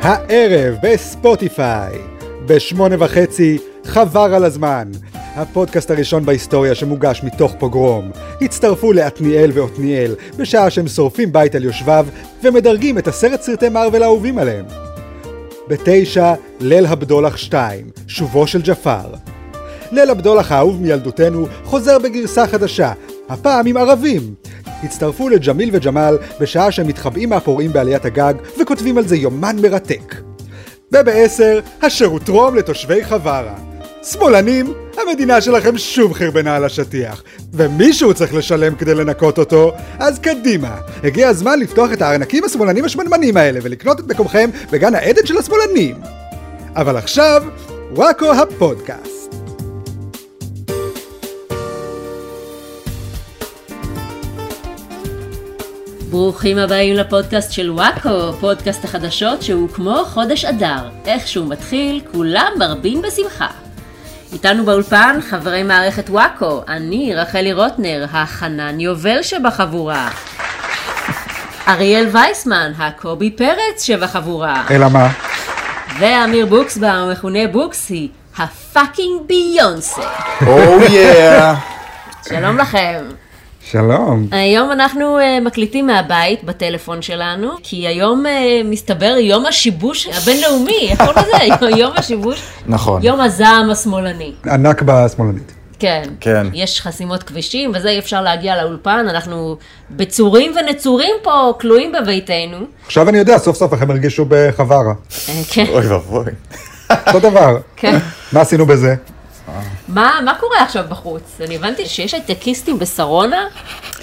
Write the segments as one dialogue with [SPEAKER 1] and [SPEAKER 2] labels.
[SPEAKER 1] הערב בספוטיפיי. בשמונה וחצי, חבר על הזמן. הפודקאסט הראשון בהיסטוריה שמוגש מתוך פוגרום. הצטרפו לעתניאל ועתניאל, בשעה שהם שורפים בית על יושביו, ומדרגים את עשרת סרטי מארוול האהובים עליהם. בתשע, ליל הבדולח 2, שובו של ג'פר. ליל הבדולח האהוב מילדותנו חוזר בגרסה חדשה, הפעם עם ערבים. הצטרפו לג'מיל וג'מאל בשעה שהם מתחבאים מהפורעים בעליית הגג וכותבים על זה יומן מרתק. ובעשר, השירותרום לתושבי חווארה. שמאלנים, המדינה שלכם שוב חרבנה על השטיח, ומישהו צריך לשלם כדי לנקות אותו, אז קדימה, הגיע הזמן לפתוח את הארנקים השמאלנים השמנמנים האלה ולקנות את מקומכם בגן העדן של השמאלנים. אבל עכשיו, וואקו הפודקאסט.
[SPEAKER 2] ברוכים הבאים לפודקאסט של וואקו, פודקאסט החדשות שהוא כמו חודש אדר. איך שהוא מתחיל, כולם מרבים בשמחה. איתנו באולפן חברי מערכת וואקו, אני רחלי רוטנר, החנן יובל שבחבורה. אריאל וייסמן, הקובי פרץ שבחבורה.
[SPEAKER 1] אלא מה?
[SPEAKER 2] ואמיר בוקסבאום, המכונה בוקסי, הפאקינג ביונסה.
[SPEAKER 3] או יאה.
[SPEAKER 2] שלום לכם.
[SPEAKER 1] שלום.
[SPEAKER 2] היום אנחנו אה, מקליטים מהבית בטלפון שלנו, כי היום אה, מסתבר יום השיבוש הבינלאומי, איך קוראים לזה? יום השיבוש,
[SPEAKER 3] נכון.
[SPEAKER 2] יום הזעם השמאלני.
[SPEAKER 1] הנכבה השמאלנית.
[SPEAKER 2] כן.
[SPEAKER 3] כן.
[SPEAKER 2] יש חסימות כבישים וזה, אי אפשר להגיע לאולפן, אנחנו בצורים ונצורים פה, כלואים בביתנו.
[SPEAKER 1] עכשיו אני יודע, סוף סוף איך הם הרגישו בחווארה.
[SPEAKER 2] אה, כן,
[SPEAKER 3] אוי ואבוי.
[SPEAKER 1] אותו דבר.
[SPEAKER 2] כן.
[SPEAKER 1] מה עשינו בזה?
[SPEAKER 2] מה, מה קורה עכשיו בחוץ? אני הבנתי שיש הייטקיסטים בשרונה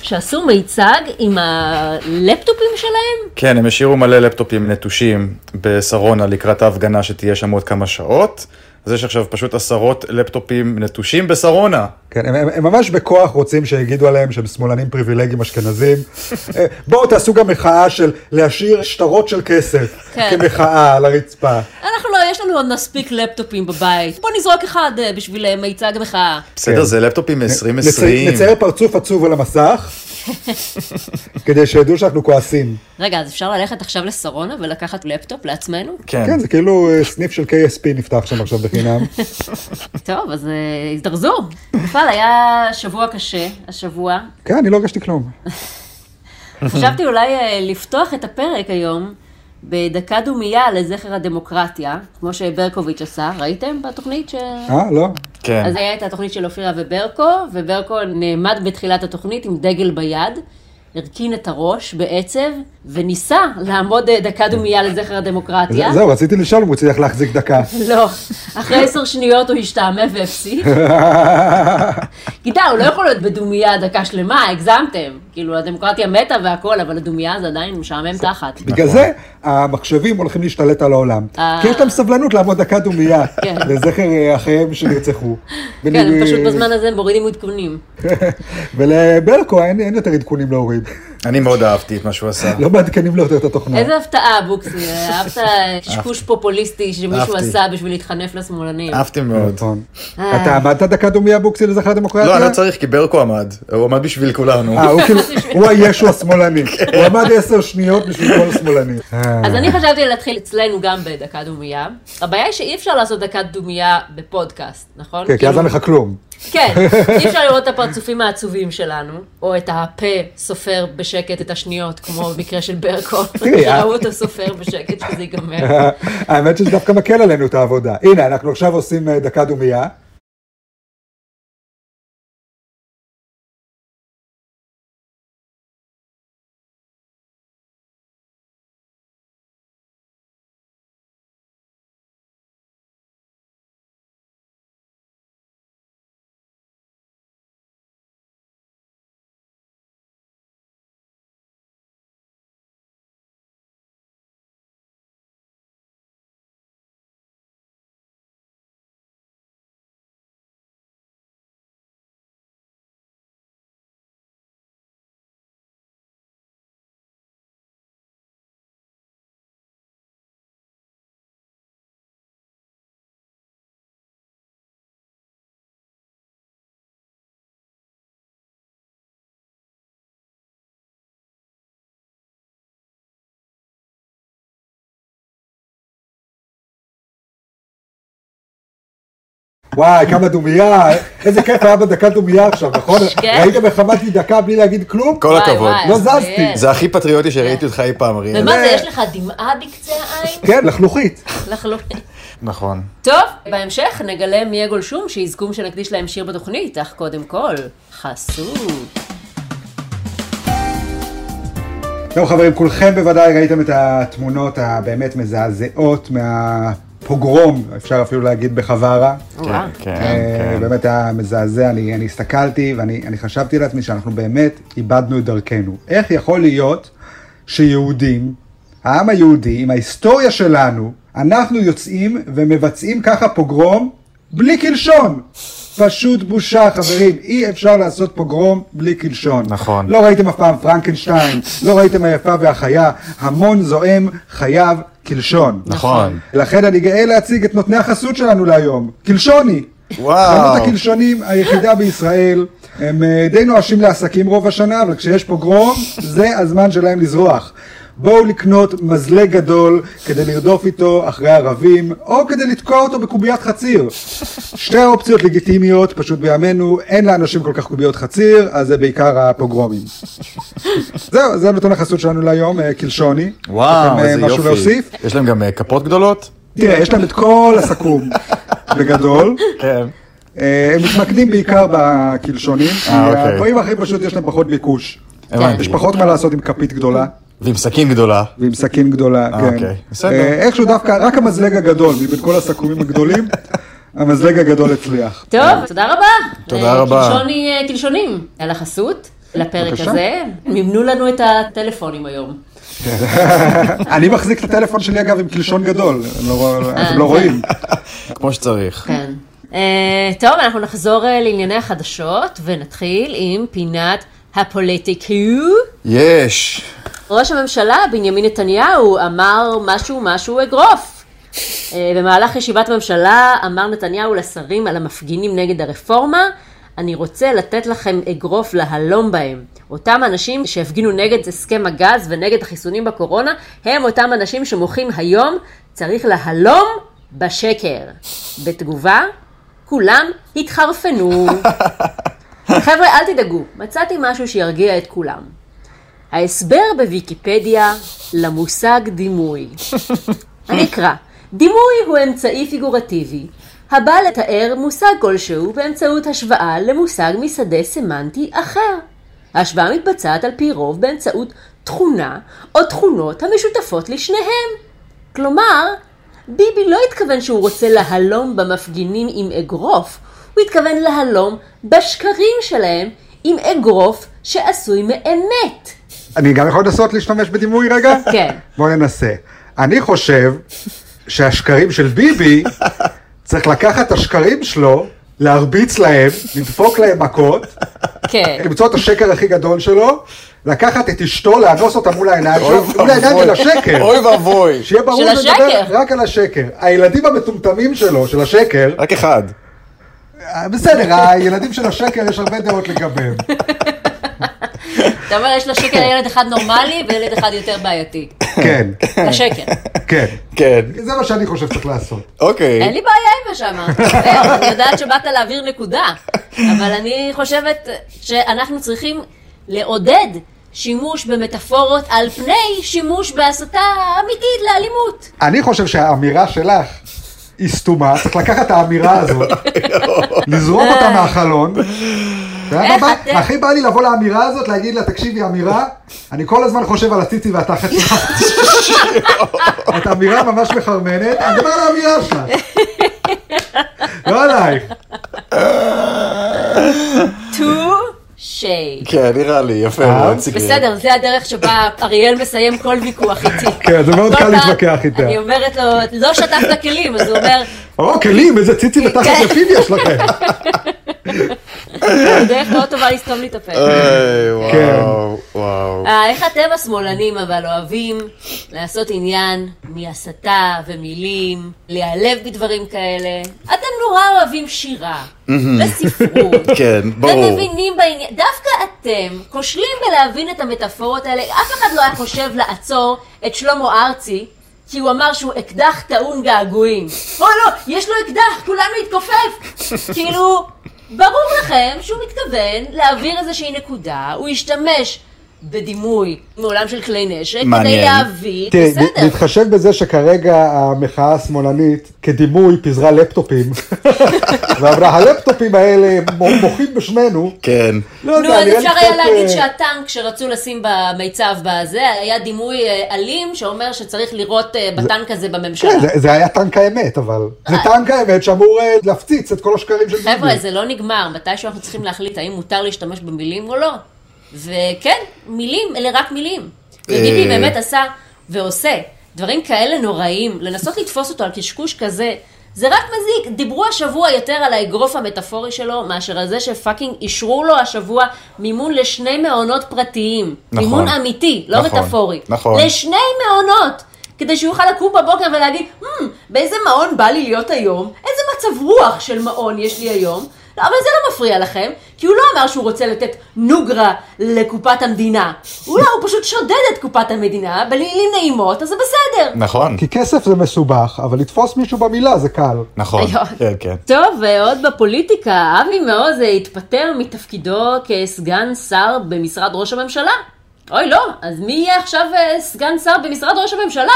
[SPEAKER 2] שעשו מיצג עם הלפטופים שלהם?
[SPEAKER 3] כן, הם השאירו מלא לפטופים נטושים בשרונה לקראת ההפגנה שתהיה שם עוד כמה שעות. אז יש עכשיו פשוט עשרות לפטופים נטושים בשרונה.
[SPEAKER 1] כן, הם, הם, הם ממש בכוח רוצים שיגידו עליהם שהם שמאלנים פריבילגיים אשכנזים. אה, בואו תעשו גם מחאה של להשאיר שטרות של כסף
[SPEAKER 2] כן.
[SPEAKER 1] כמחאה על הרצפה.
[SPEAKER 2] אנחנו לא, יש לנו עוד מספיק לפטופים בבית. בוא נזרוק אחד אה, בשביל אה, מיצג מחאה.
[SPEAKER 1] כן.
[SPEAKER 3] בסדר, זה לפטופים
[SPEAKER 1] נצי-
[SPEAKER 3] 2020.
[SPEAKER 1] נצייר פרצוף עצוב על המסך, כדי שידעו שאנחנו כועסים.
[SPEAKER 2] רגע, אז אפשר ללכת עכשיו לשרונה ולקחת לפטופ לעצמנו?
[SPEAKER 3] כן.
[SPEAKER 1] כן, זה כאילו אה, סניף של KSP נפתח שם עכשיו בחינם.
[SPEAKER 2] טוב, אז אה, הזדרזו. בכלל, היה שבוע קשה, השבוע.
[SPEAKER 1] כן, אני לא הרגשתי כלום.
[SPEAKER 2] חשבתי אולי אה, לפתוח את הפרק היום בדקה דומייה לזכר הדמוקרטיה, כמו שברקוביץ' עשה, ראיתם בתוכנית ש...
[SPEAKER 1] אה, לא?
[SPEAKER 3] כן.
[SPEAKER 2] אז היה את התוכנית של אופירה וברקו, וברקו נעמד בתחילת התוכנית עם דגל ביד, הרכין את הראש בעצב, וניסה לעמוד אה, דקה דומייה לזכר הדמוקרטיה.
[SPEAKER 1] זה- זהו, רציתי לשאול אם הוא הצליח להחזיק דקה.
[SPEAKER 2] לא, אחרי עשר שניות הוא השתעמם והפסיק. גידה, הוא לא יכול להיות בדומייה דקה שלמה, הגזמתם. כאילו, הדמוקרטיה מתה והכל, אבל הדומייה זה עדיין משעמם תחת.
[SPEAKER 1] בגלל זה המחשבים הולכים להשתלט על העולם.
[SPEAKER 2] אה.
[SPEAKER 1] כי יש להם סבלנות לעמוד דקה דומייה
[SPEAKER 2] כן.
[SPEAKER 1] לזכר אה, אחיהם שנרצחו.
[SPEAKER 2] כן, הם פשוט בזמן הזה מורידים עדכונים.
[SPEAKER 1] ולברקו אין אין יותר עדכונים להוריד.
[SPEAKER 3] אני מאוד אהבתי את מה שהוא עשה.
[SPEAKER 1] לא מעדכנים לו יותר את התוכנה.
[SPEAKER 2] איזה הפתעה, בוקסי, אה, אהבת קשקוש פופוליסטי שמישהו
[SPEAKER 3] אהבתי.
[SPEAKER 2] עשה בשביל להתחנף לשמאלנים.
[SPEAKER 3] אהבתי מאוד.
[SPEAKER 1] נכון.
[SPEAKER 2] אה.
[SPEAKER 1] אתה עמדת דקה דומייה בוקסי לזכר הדמוקרטיה?
[SPEAKER 3] לא, אני לא צריך, כי ברקו עמד. הוא עמד בשביל כולנו.
[SPEAKER 1] אה, הוא כאילו, הוא הישו השמאלני.
[SPEAKER 3] כן.
[SPEAKER 1] הוא עמד עשר שניות בשביל כל שמאלני. אה.
[SPEAKER 2] אז אני חשבתי להתחיל אצלנו גם בדקה דומייה. הבעיה היא שאי אפשר לעשות דקת דומייה בפודקאסט, נכון?
[SPEAKER 1] כן, כי אז
[SPEAKER 2] כאילו-
[SPEAKER 1] אין לך כלום.
[SPEAKER 2] כן, אי אפשר לראות את הפרצופים העצובים שלנו, או את הפה סופר בשקט את השניות, כמו במקרה של ברקו.
[SPEAKER 1] תראי, אה.
[SPEAKER 2] ראו אותו סופר בשקט שזה ייגמר.
[SPEAKER 1] האמת שזה דווקא מקל עלינו את העבודה. הנה, אנחנו עכשיו עושים אה, דקה דומייה. וואי, כמה דומייה, איזה כיף היה בדקה דומייה עכשיו, נכון?
[SPEAKER 2] כן.
[SPEAKER 1] ראיתם איך עמדתי דקה בלי להגיד כלום?
[SPEAKER 3] כל
[SPEAKER 2] וואי,
[SPEAKER 3] הכבוד.
[SPEAKER 2] וואי,
[SPEAKER 1] לא
[SPEAKER 2] אז
[SPEAKER 1] זזתי.
[SPEAKER 2] כן.
[SPEAKER 3] זה הכי פטריוטי שראיתי אותך אי פעם, אריאל.
[SPEAKER 2] ומה
[SPEAKER 1] זה-
[SPEAKER 2] זה, יש לך דמעה בקצה העין?
[SPEAKER 1] כן, לחלוכית.
[SPEAKER 2] לחלוטין.
[SPEAKER 3] נכון.
[SPEAKER 2] טוב, בהמשך נגלה מי הגולשום שיזכו שנקדיש להם שיר בתוכנית, אך קודם כל, חסות.
[SPEAKER 1] טוב חברים, כולכם בוודאי ראיתם את התמונות הבאמת מזעזעות מהפוגרום, אפשר אפילו להגיד בחווארה.
[SPEAKER 2] וואו.
[SPEAKER 3] כן,
[SPEAKER 1] אה,
[SPEAKER 3] כן, כן.
[SPEAKER 1] באמת היה מזעזע, אני, אני הסתכלתי ואני אני חשבתי לעצמי שאנחנו באמת איבדנו את דרכנו. איך יכול להיות שיהודים, העם היהודי, עם ההיסטוריה שלנו, אנחנו יוצאים ומבצעים ככה פוגרום בלי קלשון? פשוט בושה, חברים. אי אפשר לעשות פוגרום בלי קלשון.
[SPEAKER 3] נכון.
[SPEAKER 1] לא ראיתם אף פעם פרנקנשטיין, לא ראיתם היפה והחיה, המון זועם חייב קלשון.
[SPEAKER 3] נכון.
[SPEAKER 1] לכן אני גאה להציג את נותני החסות שלנו להיום, קלשוני.
[SPEAKER 3] וואו.
[SPEAKER 1] חנות הקלשונים היחידה בישראל, הם אה, די נואשים לעסקים רוב השנה, אבל כשיש פוגרום, זה הזמן שלהם לזרוח. בואו לקנות מזלג גדול כדי לרדוף איתו אחרי ערבים, או כדי לתקוע אותו בקוביית חציר. שתי האופציות לגיטימיות, פשוט בימינו אין לאנשים כל כך קוביות חציר, אז זה בעיקר הפוגרומים. זהו, זה נותן החסות שלנו להיום, אה, קלשוני.
[SPEAKER 3] וואו,
[SPEAKER 1] אתם, אה,
[SPEAKER 3] איזה יופי.
[SPEAKER 1] משהו להוסיף?
[SPEAKER 3] יש להם גם אה, כפות גדולות?
[SPEAKER 1] תראה, יש להם את כל הסכו"ם, בגדול.
[SPEAKER 3] כן.
[SPEAKER 1] אה, הם מתמקדים בעיקר בקלשונים, כי
[SPEAKER 3] אה, אוקיי.
[SPEAKER 1] הדברים האחרים פשוט יש להם פחות ביקוש.
[SPEAKER 3] הבנתי.
[SPEAKER 1] יש פחות מה לעשות עם כפית גדולה.
[SPEAKER 3] ועם סכין גדולה.
[SPEAKER 1] ועם סכין גדולה, כן.
[SPEAKER 3] אוקיי, בסדר.
[SPEAKER 1] אה, איכשהו דווקא, רק המזלג הגדול, מבין כל הסכו"מים הגדולים, המזלג הגדול הצליח.
[SPEAKER 2] טוב, תודה רבה.
[SPEAKER 3] תודה
[SPEAKER 2] אה,
[SPEAKER 3] רבה.
[SPEAKER 2] קלשוני אה, קלשונים, על החסות, לפרק
[SPEAKER 1] בבקשה.
[SPEAKER 2] הזה. מימנו לנו את הטלפונים היום.
[SPEAKER 1] אני מחזיק את הטלפון שלי אגב עם קלשון גדול, לא- אתם לא רואים.
[SPEAKER 3] כמו שצריך.
[SPEAKER 2] כן. אה, טוב, אנחנו נחזור אה, לענייני החדשות, ונתחיל עם פינת הפוליטיקו.
[SPEAKER 3] יש.
[SPEAKER 2] ראש הממשלה בנימין נתניהו אמר משהו משהו אגרוף. אה, במהלך ישיבת הממשלה אמר נתניהו לשרים על המפגינים נגד הרפורמה, אני רוצה לתת לכם אגרוף להלום בהם. אותם אנשים שהפגינו נגד הסכם הגז ונגד החיסונים בקורונה, הם אותם אנשים שמוחים היום, צריך להלום בשקר. בתגובה, כולם התחרפנו. חבר'ה, אל תדאגו, מצאתי משהו שירגיע את כולם. ההסבר בוויקיפדיה למושג דימוי. אני אקרא. דימוי הוא אמצעי פיגורטיבי, הבא לתאר מושג כלשהו באמצעות השוואה למושג משדה סמנטי אחר. ההשוואה מתבצעת על פי רוב באמצעות תכונה או תכונות המשותפות לשניהם. כלומר, ביבי לא התכוון שהוא רוצה להלום במפגינים עם אגרוף, הוא התכוון להלום בשקרים שלהם עם אגרוף שעשוי מאמת.
[SPEAKER 1] אני גם יכול לנסות להשתמש בדימוי רגע?
[SPEAKER 2] כן.
[SPEAKER 1] בואו ננסה. אני חושב שהשקרים של ביבי, צריך לקחת את השקרים שלו, להרביץ להם, לדפוק להם מכות,
[SPEAKER 2] כן.
[SPEAKER 1] למצוא את השקר הכי גדול שלו, לקחת את אשתו, לאנוס אותה מול העיניים שלו, מול העיניים של השקר.
[SPEAKER 3] אוי ואבוי.
[SPEAKER 1] שיהיה ברור,
[SPEAKER 2] של
[SPEAKER 1] זה
[SPEAKER 2] השקר.
[SPEAKER 1] מדבר רק על השקר. הילדים המטומטמים שלו, של השקר,
[SPEAKER 3] רק אחד.
[SPEAKER 1] אה, בסדר, הילדים של השקר, יש הרבה דעות לגביהם.
[SPEAKER 2] אתה אומר, יש לשקר ילד אחד נורמלי וילד אחד יותר בעייתי.
[SPEAKER 1] כן,
[SPEAKER 2] לשקר.
[SPEAKER 1] כן.
[SPEAKER 3] כן.
[SPEAKER 1] זה מה שאני חושב שצריך לעשות.
[SPEAKER 2] אין
[SPEAKER 3] אוקיי.
[SPEAKER 2] לי בעיה עם מה שאמרת. זהו, אני יודעת שבאת להעביר נקודה, אבל אני חושבת שאנחנו צריכים לעודד שימוש במטאפורות על פני שימוש בהסתה אמיתית לאלימות.
[SPEAKER 1] אני חושב שהאמירה שלך היא סתומה, צריך לקחת את האמירה הזאת, לזרוק אותה מהחלון. אתה יודע מה
[SPEAKER 2] איך
[SPEAKER 1] בא?
[SPEAKER 2] אתם-
[SPEAKER 1] הכי בא לי לבוא לאמירה הזאת, להגיד לה, תקשיבי, אמירה, אני כל הזמן חושב על הציצי והתחת שלך. את אמירה ממש מחרמנת, אני מדבר על האמירה שלך. לא עלייך.
[SPEAKER 2] טו שייק.
[SPEAKER 3] כן, נראה לי, יפה.
[SPEAKER 1] אה?
[SPEAKER 3] מצחיק לי.
[SPEAKER 2] בסדר, זה הדרך שבה אריאל מסיים כל ויכוח איתי.
[SPEAKER 1] כן, זה מאוד
[SPEAKER 2] כל
[SPEAKER 1] קל
[SPEAKER 2] פעם
[SPEAKER 1] להתווכח איתה.
[SPEAKER 2] אני אומרת לו, לא שטפת כלים, אז הוא אומר,
[SPEAKER 1] או, כלים, אוקיי, איזה ציצי ותחת
[SPEAKER 2] כן.
[SPEAKER 1] יפים יש לכם.
[SPEAKER 2] דרך מאוד טובה לסתום לי את הפה.
[SPEAKER 3] אוי,
[SPEAKER 1] כן.
[SPEAKER 3] וואו, וואו.
[SPEAKER 2] אה, איך אתם השמאלנים אבל אוהבים לעשות עניין מהסתה ומילים, להיעלב בדברים כאלה? אתם נורא אוהבים שירה וספרות.
[SPEAKER 3] כן,
[SPEAKER 2] אתם
[SPEAKER 3] ברור.
[SPEAKER 2] מבינים בעניין, דווקא אתם כושלים בלהבין את המטאפורות האלה. אף אחד לא היה חושב לעצור את שלמה ארצי כי הוא אמר שהוא אקדח טעון געגועים. או לא, יש לו אקדח, כולנו נתכופף. כאילו, ברור לכם שהוא מתכוון להעביר איזושהי נקודה, הוא ישתמש בדימוי מעולם של כלי נשק, כדי
[SPEAKER 3] מעניין.
[SPEAKER 2] להביא,
[SPEAKER 1] תראי,
[SPEAKER 2] בסדר.
[SPEAKER 1] נתחשב בזה שכרגע המחאה השמאלנית, כדימוי, פיזרה לפטופים. ואמרה, הלפטופים האלה מ- מוחים בשמנו.
[SPEAKER 3] כן.
[SPEAKER 1] לא
[SPEAKER 2] נו,
[SPEAKER 1] נראה
[SPEAKER 2] אז
[SPEAKER 1] לי
[SPEAKER 2] אפשר
[SPEAKER 1] קצת,
[SPEAKER 2] היה להגיד
[SPEAKER 1] אה,
[SPEAKER 2] שהטנק שרצו לשים במיצב בזה, היה דימוי אה, אלים שאומר שצריך לירות אה, בטנק הזה בממשלה.
[SPEAKER 1] כן, זה- זה היה טנק האמת, אבל. זה טנק האמת שאמור אה, להפציץ את כל השקרים של ביבי.
[SPEAKER 2] אה. חבר'ה, זה לא נגמר, מתישהו אנחנו צריכים להחליט האם מותר להשתמש במילים או לא. וכן, מילים, אלה רק מילים. וביבי
[SPEAKER 3] אה.
[SPEAKER 2] באמת עשה ועושה דברים כאלה נוראים, לנסות לתפוס אותו על קשקוש כזה, זה רק מזיק. דיברו השבוע יותר על האגרוף המטאפורי שלו, מאשר על זה שפאקינג אישרו לו השבוע מימון לשני מעונות פרטיים.
[SPEAKER 3] נכון.
[SPEAKER 2] מימון אמיתי, לא
[SPEAKER 3] נכון,
[SPEAKER 2] מטאפורי.
[SPEAKER 3] נכון.
[SPEAKER 2] לשני מעונות. כדי שהוא יוכל לקום בבוקר ולהגיד, "Hmm, באיזה מעון בא לי להיות היום? איזה מצב רוח של מעון יש לי היום? לא, אבל זה לא מפריע לכם, כי הוא לא אמר שהוא רוצה לתת נוגרה לקופת המדינה. הוא לא, הוא פשוט שודד את קופת המדינה במילים נעימות, אז זה בסדר.
[SPEAKER 3] נכון.
[SPEAKER 1] כי כסף זה מסובך, אבל לתפוס מישהו במילה זה קל.
[SPEAKER 3] נכון.
[SPEAKER 2] היום.
[SPEAKER 3] כן, כן.
[SPEAKER 2] טוב, ועוד בפוליטיקה, אבי מעוז אה, התפטר מתפקידו כסגן שר במשרד ראש הממשלה. אוי, לא, אז מי יהיה עכשיו אה, סגן שר במשרד ראש הממשלה?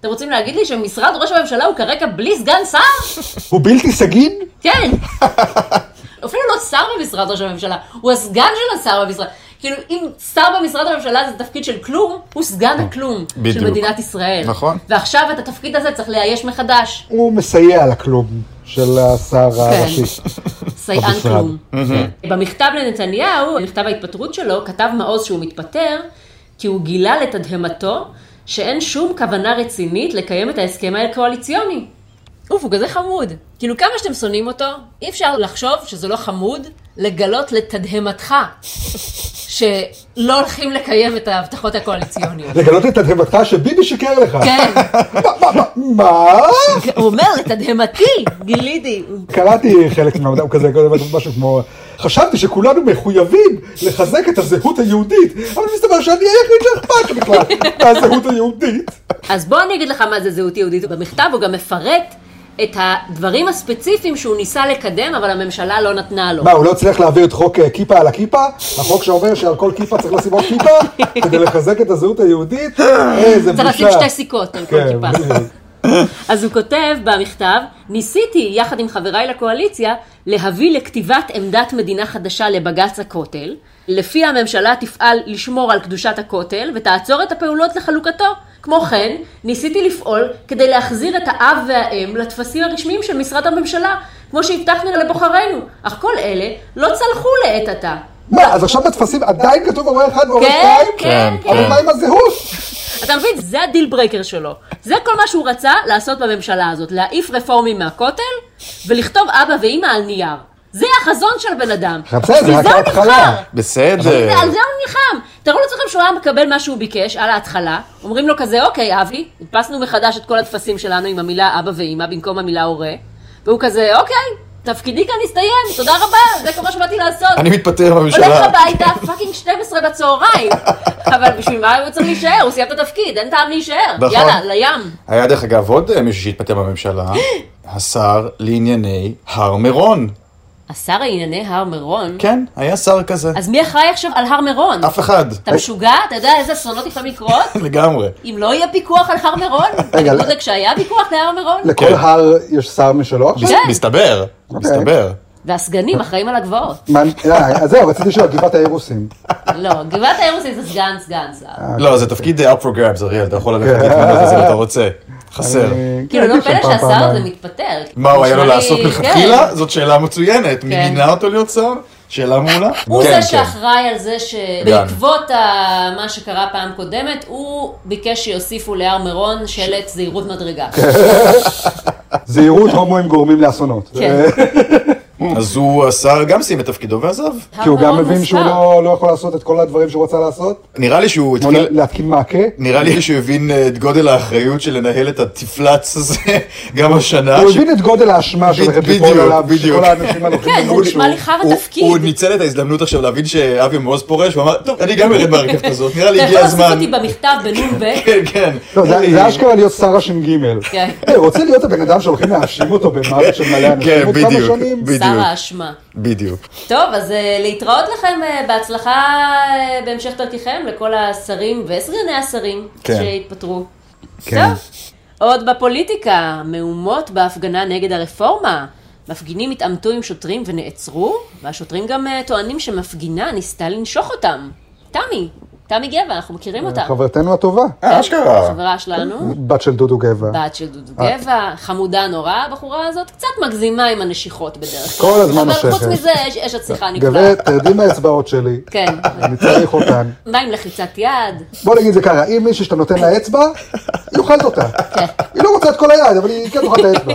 [SPEAKER 2] אתם רוצים להגיד לי שמשרד ראש הממשלה הוא כרגע בלי סגן שר?
[SPEAKER 1] הוא בלתי סגין?
[SPEAKER 2] כן. הוא אפילו לא שר במשרד ראש הממשלה, הוא הסגן של השר במשרד. כאילו, אם שר במשרד הממשלה זה תפקיד של כלום, הוא סגן הכלום
[SPEAKER 3] בדיוק.
[SPEAKER 2] של מדינת ישראל.
[SPEAKER 3] נכון.
[SPEAKER 2] ועכשיו את התפקיד הזה צריך לאייש מחדש.
[SPEAKER 1] הוא מסייע לכלום של השר
[SPEAKER 2] כן.
[SPEAKER 1] הראשי.
[SPEAKER 2] סייען
[SPEAKER 1] במשרד.
[SPEAKER 2] כלום. במכתב לנתניהו, במכתב ההתפטרות שלו, כתב מעוז שהוא מתפטר, כי הוא גילה לתדהמתו שאין שום כוונה רצינית לקיים את ההסכם הקואליציוני. אוף, הוא כזה חמוד. כאילו, כמה שאתם שונאים אותו, אי אפשר לחשוב שזה לא חמוד לגלות לתדהמתך שלא הולכים לקיים את ההבטחות הקואליציוניות.
[SPEAKER 1] לגלות את תדהמתך שביבי שיקר לך.
[SPEAKER 2] כן,
[SPEAKER 1] מה- מה- מה?
[SPEAKER 2] הוא אומר לתדהמתי, גיליתי.
[SPEAKER 1] קראתי חלק מהמדע, הוא כזה, כזה משהו כמו, חשבתי שכולנו מחויבים לחזק את הזהות היהודית, אבל מסתבר שאני היחיד שאכפת לי בכלל מהזהות היהודית.
[SPEAKER 2] אז בוא אני אגיד לך מה זה זהות יהודית. במכתב הוא גם מפרט את הדברים הספציפיים שהוא ניסה לקדם, אבל הממשלה לא נתנה לו.
[SPEAKER 1] מה, הוא לא הצליח להעביר את חוק אה, כיפה על הכיפה? החוק שאומר שעל כל כיפה צריך לשים עוד כיפה כדי לחזק את הזהות היהודית? איזה בושה.
[SPEAKER 2] צריך לשים שתי סיכות על כל
[SPEAKER 1] כן,
[SPEAKER 2] כיפה.
[SPEAKER 1] בדיוק.
[SPEAKER 2] אז הוא כותב במכתב, ניסיתי יחד עם חבריי לקואליציה להביא לכתיבת עמדת מדינה חדשה לבג"ץ הכותל, לפיה הממשלה תפעל לשמור על קדושת הכותל ותעצור את הפעולות לחלוקתו. כמו כן, ניסיתי לפעול כדי להחזיר את האב והאם לטפסים הרשמיים של משרד הממשלה, כמו שהבטחנו לבוחרינו, אך כל אלה לא צלחו לעת עתה.
[SPEAKER 1] מה, אז עכשיו בטפסים עדיין כתוב הורה אחד והורה
[SPEAKER 2] כן,
[SPEAKER 1] שתיים?
[SPEAKER 2] כן,
[SPEAKER 3] כן.
[SPEAKER 1] אבל מה עם הזהות?
[SPEAKER 2] אתה מבין? זה הדיל ברייקר שלו. זה כל מה שהוא רצה לעשות בממשלה הזאת, להעיף רפורמים מהכותל ולכתוב אבא ואימא על נייר. זה החזון של הבן אדם.
[SPEAKER 3] כן.
[SPEAKER 1] בסדר, זה
[SPEAKER 2] בשביל
[SPEAKER 1] רק
[SPEAKER 2] הוא
[SPEAKER 1] ההתחלה.
[SPEAKER 2] נבחר.
[SPEAKER 3] בסדר.
[SPEAKER 2] על זה הוא נלחם. תארו לעצמכם שהוא היה מקבל מה שהוא ביקש על ההתחלה, אומרים לו כזה, אוקיי, אבי, הדפסנו מחדש את כל הטפסים שלנו עם המילה אבא ואימא במקום המילה הורה, והוא כזה, אוקיי, תפקידי כאן הסתיים, תודה רבה, זה כל מה שבאתי לעשות.
[SPEAKER 3] אני מתפטר
[SPEAKER 2] הולך
[SPEAKER 3] בממשלה.
[SPEAKER 2] הביתה, פאקינג 12 בצהריים. אבל בשביל מה הוא צריך להישאר? הוא סיים את התפקיד, אין טעם להישאר.
[SPEAKER 3] נכון.
[SPEAKER 2] יאללה, לים.
[SPEAKER 3] היה דרך אגב עוד אה, מישהו שהתפטר בממשלה, השר לענייני הר מירון.
[SPEAKER 2] השר לענייני הר מירון?
[SPEAKER 3] כן, היה שר כזה.
[SPEAKER 2] אז מי אחראי עכשיו על הר מירון?
[SPEAKER 3] אף אחד.
[SPEAKER 2] אתה משוגע? אתה יודע איזה אסונות יכולים לקרות?
[SPEAKER 3] לגמרי.
[SPEAKER 2] אם לא יהיה פיקוח על הר מירון? אני
[SPEAKER 1] רגע, לא-
[SPEAKER 2] בודק שהיה פיקוח להר מירון?
[SPEAKER 1] לכל
[SPEAKER 3] כן.
[SPEAKER 1] הר יש שר משלו עכשיו?
[SPEAKER 2] כן.
[SPEAKER 3] מסתבר, מסתבר.
[SPEAKER 2] והסגנים אחראים על הגבעות.
[SPEAKER 1] מה, אה, אז זהו, רציתי לשאול, גבעת האירוסים.
[SPEAKER 2] לא, גבעת האירוסי זה סגן סגן שר.
[SPEAKER 3] לא, זה תפקיד אה, up for grabs, אריאל, אתה יכול ללכת להתמנות לזה אם אתה רוצה. חסר.
[SPEAKER 1] כן. אני-
[SPEAKER 3] כן,
[SPEAKER 2] כאילו, לא
[SPEAKER 1] הייתי
[SPEAKER 2] פלא
[SPEAKER 1] שם פעם,
[SPEAKER 2] שהשר
[SPEAKER 1] פעמיים.
[SPEAKER 2] הזה מתפטר.
[SPEAKER 3] מה הוא היה לו
[SPEAKER 2] נשמע לי-
[SPEAKER 3] לעשות
[SPEAKER 2] כן.
[SPEAKER 3] מלכתחילה? זאת שאלה מצוינת. מי
[SPEAKER 2] כן.
[SPEAKER 3] מינה אותו להיות שר? שאלה מעולה.
[SPEAKER 2] הוא
[SPEAKER 3] כן,
[SPEAKER 2] זה
[SPEAKER 3] כן.
[SPEAKER 2] שאחראי על זה שבעקבות ה- מה שקרה פעם קודמת, הוא ביקש שיוסיפו להר מירון שלט
[SPEAKER 1] כן,
[SPEAKER 2] זהירות מדרגה.
[SPEAKER 1] זהירות הומואים גורמים לאסונות. אה,
[SPEAKER 2] כן.
[SPEAKER 3] אז הוא, השר גם סיים את תפקידו ועזב.
[SPEAKER 1] כי הוא גם
[SPEAKER 2] הרעיון
[SPEAKER 1] מבין שהוא
[SPEAKER 2] מופר.
[SPEAKER 1] לא, לא יכול לעשות את כל הדברים שהוא רצה לעשות?
[SPEAKER 3] נראה לי שהוא
[SPEAKER 1] כמו
[SPEAKER 3] התחיל...
[SPEAKER 1] להתקין מעקה?
[SPEAKER 3] נראה לי שהוא הבין אה, את גודל האחריות של לנהל את התפלץ הזה גם השנה.
[SPEAKER 1] הוא
[SPEAKER 3] ש-
[SPEAKER 1] הבין את גודל האשמה שהולכת
[SPEAKER 3] בדיוק,
[SPEAKER 1] ליפול עליו,
[SPEAKER 3] בדיוק.
[SPEAKER 1] שכל האנשים הלוכים
[SPEAKER 2] כן, זה
[SPEAKER 1] למול שהוא.
[SPEAKER 2] נשמע לי חרא
[SPEAKER 3] הוא-
[SPEAKER 2] תפקיד.
[SPEAKER 3] הוא ניצל את ההזדמנות עכשיו להבין שאבי מעוז פורש, הוא אמר, טוב, אני גם ארד מהרכבת הזאת, נראה לי
[SPEAKER 2] אתה יכול
[SPEAKER 3] הגיע
[SPEAKER 2] לעשות
[SPEAKER 3] הזמן.
[SPEAKER 2] אותי במכתב בנ"ב?
[SPEAKER 3] כן, כן.
[SPEAKER 1] לא, זה- זה אשכרה להיות שר הש"ג.
[SPEAKER 2] כן.
[SPEAKER 1] אה, רוצה להיות הבן אדם שהולכים להאשים אותו במוות של מלא אנשים
[SPEAKER 3] כן,
[SPEAKER 1] עוד כמה
[SPEAKER 3] בדיוק,
[SPEAKER 1] שנים?
[SPEAKER 3] בדיוק.
[SPEAKER 2] שר האשמה.
[SPEAKER 3] בדיוק.
[SPEAKER 2] טוב, אז אה, להתראות לכם אה, בהצלחה אה, בהמשך דרככם לכל השרים וסגני השרים
[SPEAKER 3] כן.
[SPEAKER 2] שהתפטרו.
[SPEAKER 3] כן.
[SPEAKER 2] טוב, עוד בפוליטיקה, מהומות בהפגנה נגד הרפורמה. מפגינים התעמתו עם שוטרים ונעצרו, והשוטרים גם אה, טוענים שמפגינה ניסתה לנשוך אותם. תמי, תמי גבע, אנחנו מכירים אותה.
[SPEAKER 1] חברתנו הטובה,
[SPEAKER 3] אה, אשכרה.
[SPEAKER 2] חברה שלנו.
[SPEAKER 1] בת של דודו גבע.
[SPEAKER 2] בת של דודו
[SPEAKER 1] אה.
[SPEAKER 2] גבע, חמודה נורא, הבחורה הזאת, קצת מגזימה עם הנשיכות בדרך כלל.
[SPEAKER 1] כל הזמן
[SPEAKER 2] אבל חוץ
[SPEAKER 1] נושכת.
[SPEAKER 2] מזה, יש אשת שיחה נפלאה.
[SPEAKER 1] גברת, תרדי מהאצבעות שלי,
[SPEAKER 2] כן.
[SPEAKER 1] אני צריך אותן.
[SPEAKER 2] מה עם לחיצת יד?
[SPEAKER 1] בוא נגיד זה ככה, אם מישהי שאתה נותן לה אצבע, היא אוכלת אותה. היא לא רוצה את כל היד, אבל היא כן תאכל את האצבע.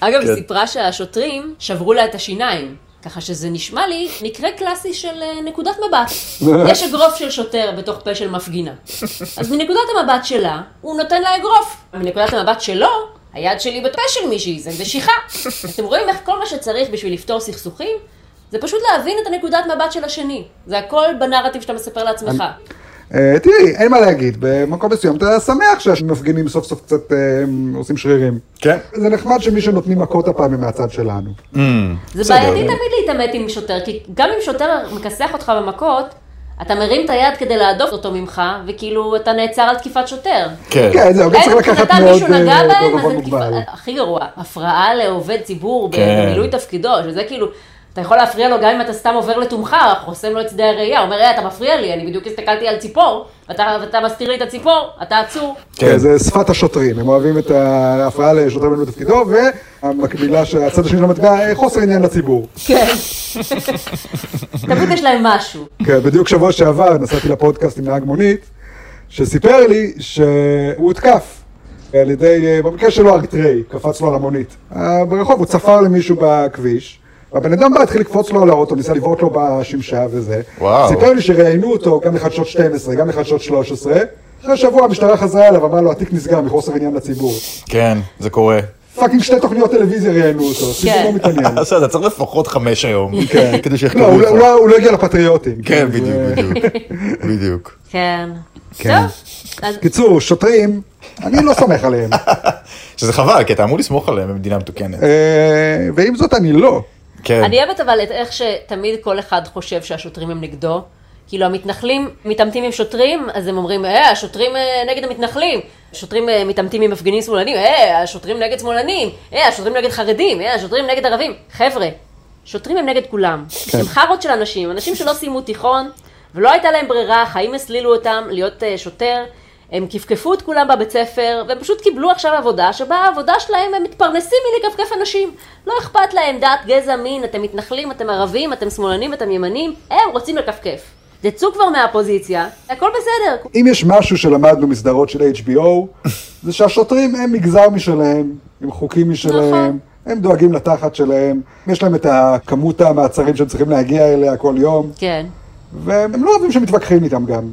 [SPEAKER 2] אגב, היא סיפרה שהשוטרים שברו לה את השיניים. ככה שזה נשמע לי מקרה קלאסי של אה, נקודת מבט. יש אגרוף של שוטר בתוך פה של מפגינה. אז מנקודת המבט שלה, הוא נותן לה אגרוף. מנקודת המבט שלו, היד שלי בפה של מישהי, זה נשיכה. אתם רואים איך כל מה שצריך בשביל לפתור סכסוכים, זה פשוט להבין את הנקודת מבט של השני. זה הכל בנרטיב שאתה מספר לעצמך.
[SPEAKER 1] אה, תראי, אין מה להגיד, במקום מסוים אתה שמח שהמפגינים סוף סוף קצת אה, עושים שרירים.
[SPEAKER 3] כן.
[SPEAKER 1] זה נחמד שמי שנותנים מכות הפעם הם מהצד שלנו.
[SPEAKER 2] זה בעייתי תמיד להתעמת עם שוטר, כי גם אם שוטר מכסח אותך במכות, אתה מרים את היד כדי להדוף אותו ממך, וכאילו אתה נעצר על תקיפת שוטר.
[SPEAKER 3] כן.
[SPEAKER 1] כן, זהו, גם
[SPEAKER 2] הם
[SPEAKER 1] צריך לקחת
[SPEAKER 2] אה, מבחינתם
[SPEAKER 1] מאוד
[SPEAKER 2] מישהו נגע
[SPEAKER 1] אה,
[SPEAKER 2] בהם, אז
[SPEAKER 1] בערבון
[SPEAKER 2] זה תקיפה,
[SPEAKER 1] מוגבל.
[SPEAKER 2] הכי גרוע, הפרעה לעובד ציבור
[SPEAKER 3] כן.
[SPEAKER 2] במילוי תפקידו, שזה כאילו, אתה יכול להפריע לו גם אם אתה סתם עובר לתומך, חוסם לו את שדה הראייה, אומר, "אה, אתה מפריע לי, אני בדיוק הסתכלתי על ציפור, ואתה ואתה מסתיר לי את הציפור, אתה עצור.
[SPEAKER 1] כן, זה שפת השוטרים, הם אוהבים את ההפרעה לשוטר במילוי תפקידו, והמקבילה של הצד השני של המטבע, אה, חוסר עניין לציבור.
[SPEAKER 2] כן. תמיד יש להם משהו.
[SPEAKER 1] כן, בדיוק שבוע שעבר נסעתי לפודקאסט עם נהג מונית, שסיפר לי שהוא הותקף על ידי, אה, במקרה שלו אריתראי, קפץ לו על המונית. אה, ברחוב הוא צפר למישהו בכביש, הבן אדם בא, התחיל לקפוץ לו על האוטו, ניסה לבעוט לו בשמשה וזה.
[SPEAKER 3] וואו.
[SPEAKER 1] סיפר לי שראיינו אותו גם לחדשות 12, גם לחדשות 13. אחרי שבוע המשטרה חזרה אליו, אמרה לו, התיק נסגר מחוסר עניין לציבור.
[SPEAKER 3] כן, זה קורה.
[SPEAKER 1] פאקינג שתי תוכניות טלוויזיה ראיינו אותו, הציבור
[SPEAKER 2] כן.
[SPEAKER 1] לא מתעניין.
[SPEAKER 3] אז אתה צריך לפחות חמש היום, כדי
[SPEAKER 1] לא,
[SPEAKER 3] שיחקרו
[SPEAKER 1] הוא לא-
[SPEAKER 3] לך.
[SPEAKER 1] הוא לא- הוא לא הגיע לפטריוטים.
[SPEAKER 3] כן,
[SPEAKER 1] זה-
[SPEAKER 3] בדיוק, בדיוק. בדיוק.
[SPEAKER 2] כן.
[SPEAKER 1] כן.
[SPEAKER 2] טוב, אז
[SPEAKER 1] קיצור, שוטרים, אני לא סומך עליהם.
[SPEAKER 3] שזה חבל, כי אתה אמור לסמוך עליהם במדינה מתוקנת.
[SPEAKER 1] אה, ועם זאת אני לא.
[SPEAKER 3] כן.
[SPEAKER 2] אני אוהבת אבל את איך שתמיד כל אחד חושב שהשוטרים הם נגדו. כאילו המתנחלים מתעמתים עם שוטרים, אז הם אומרים, אה, השוטרים אה, נגד המתנחלים. השוטרים אה, מתעמתים עם מפגינים שמאלנים, אה, השוטרים נגד שמאלנים. אה, השוטרים נגד חרדים, אה, השוטרים נגד ערבים. חבר'ה, שוטרים הם נגד כולם. הם חארות של אנשים, אנשים שלא סיימו תיכון, ולא הייתה להם ברירה, החיים הסלילו אותם להיות אה, שוטר. הם כפכפו את כולם בבית ספר, והם פשוט קיבלו עכשיו עבודה, שבה העבודה שלהם הם מתפרנסים מלכפכף אנשים. לא אכפת להם דת, גזע, מין, אתם מתנחלים, אתם ערבים, אתם שמאלנים, אתם ימנים, הם רוצים לכפכף. תצאו כבר מהפוזיציה, הכל בסדר.
[SPEAKER 1] אם יש משהו שלמדנו מסדרות של HBO, זה שהשוטרים הם מגזר משלהם, הם חוקים משלהם,
[SPEAKER 2] נכון.
[SPEAKER 1] הם דואגים לתחת שלהם, יש להם את הכמות המעצרים שהם צריכים להגיע אליה כל יום,
[SPEAKER 2] כן.
[SPEAKER 1] והם לא אוהבים שמתווכחים איתם גם.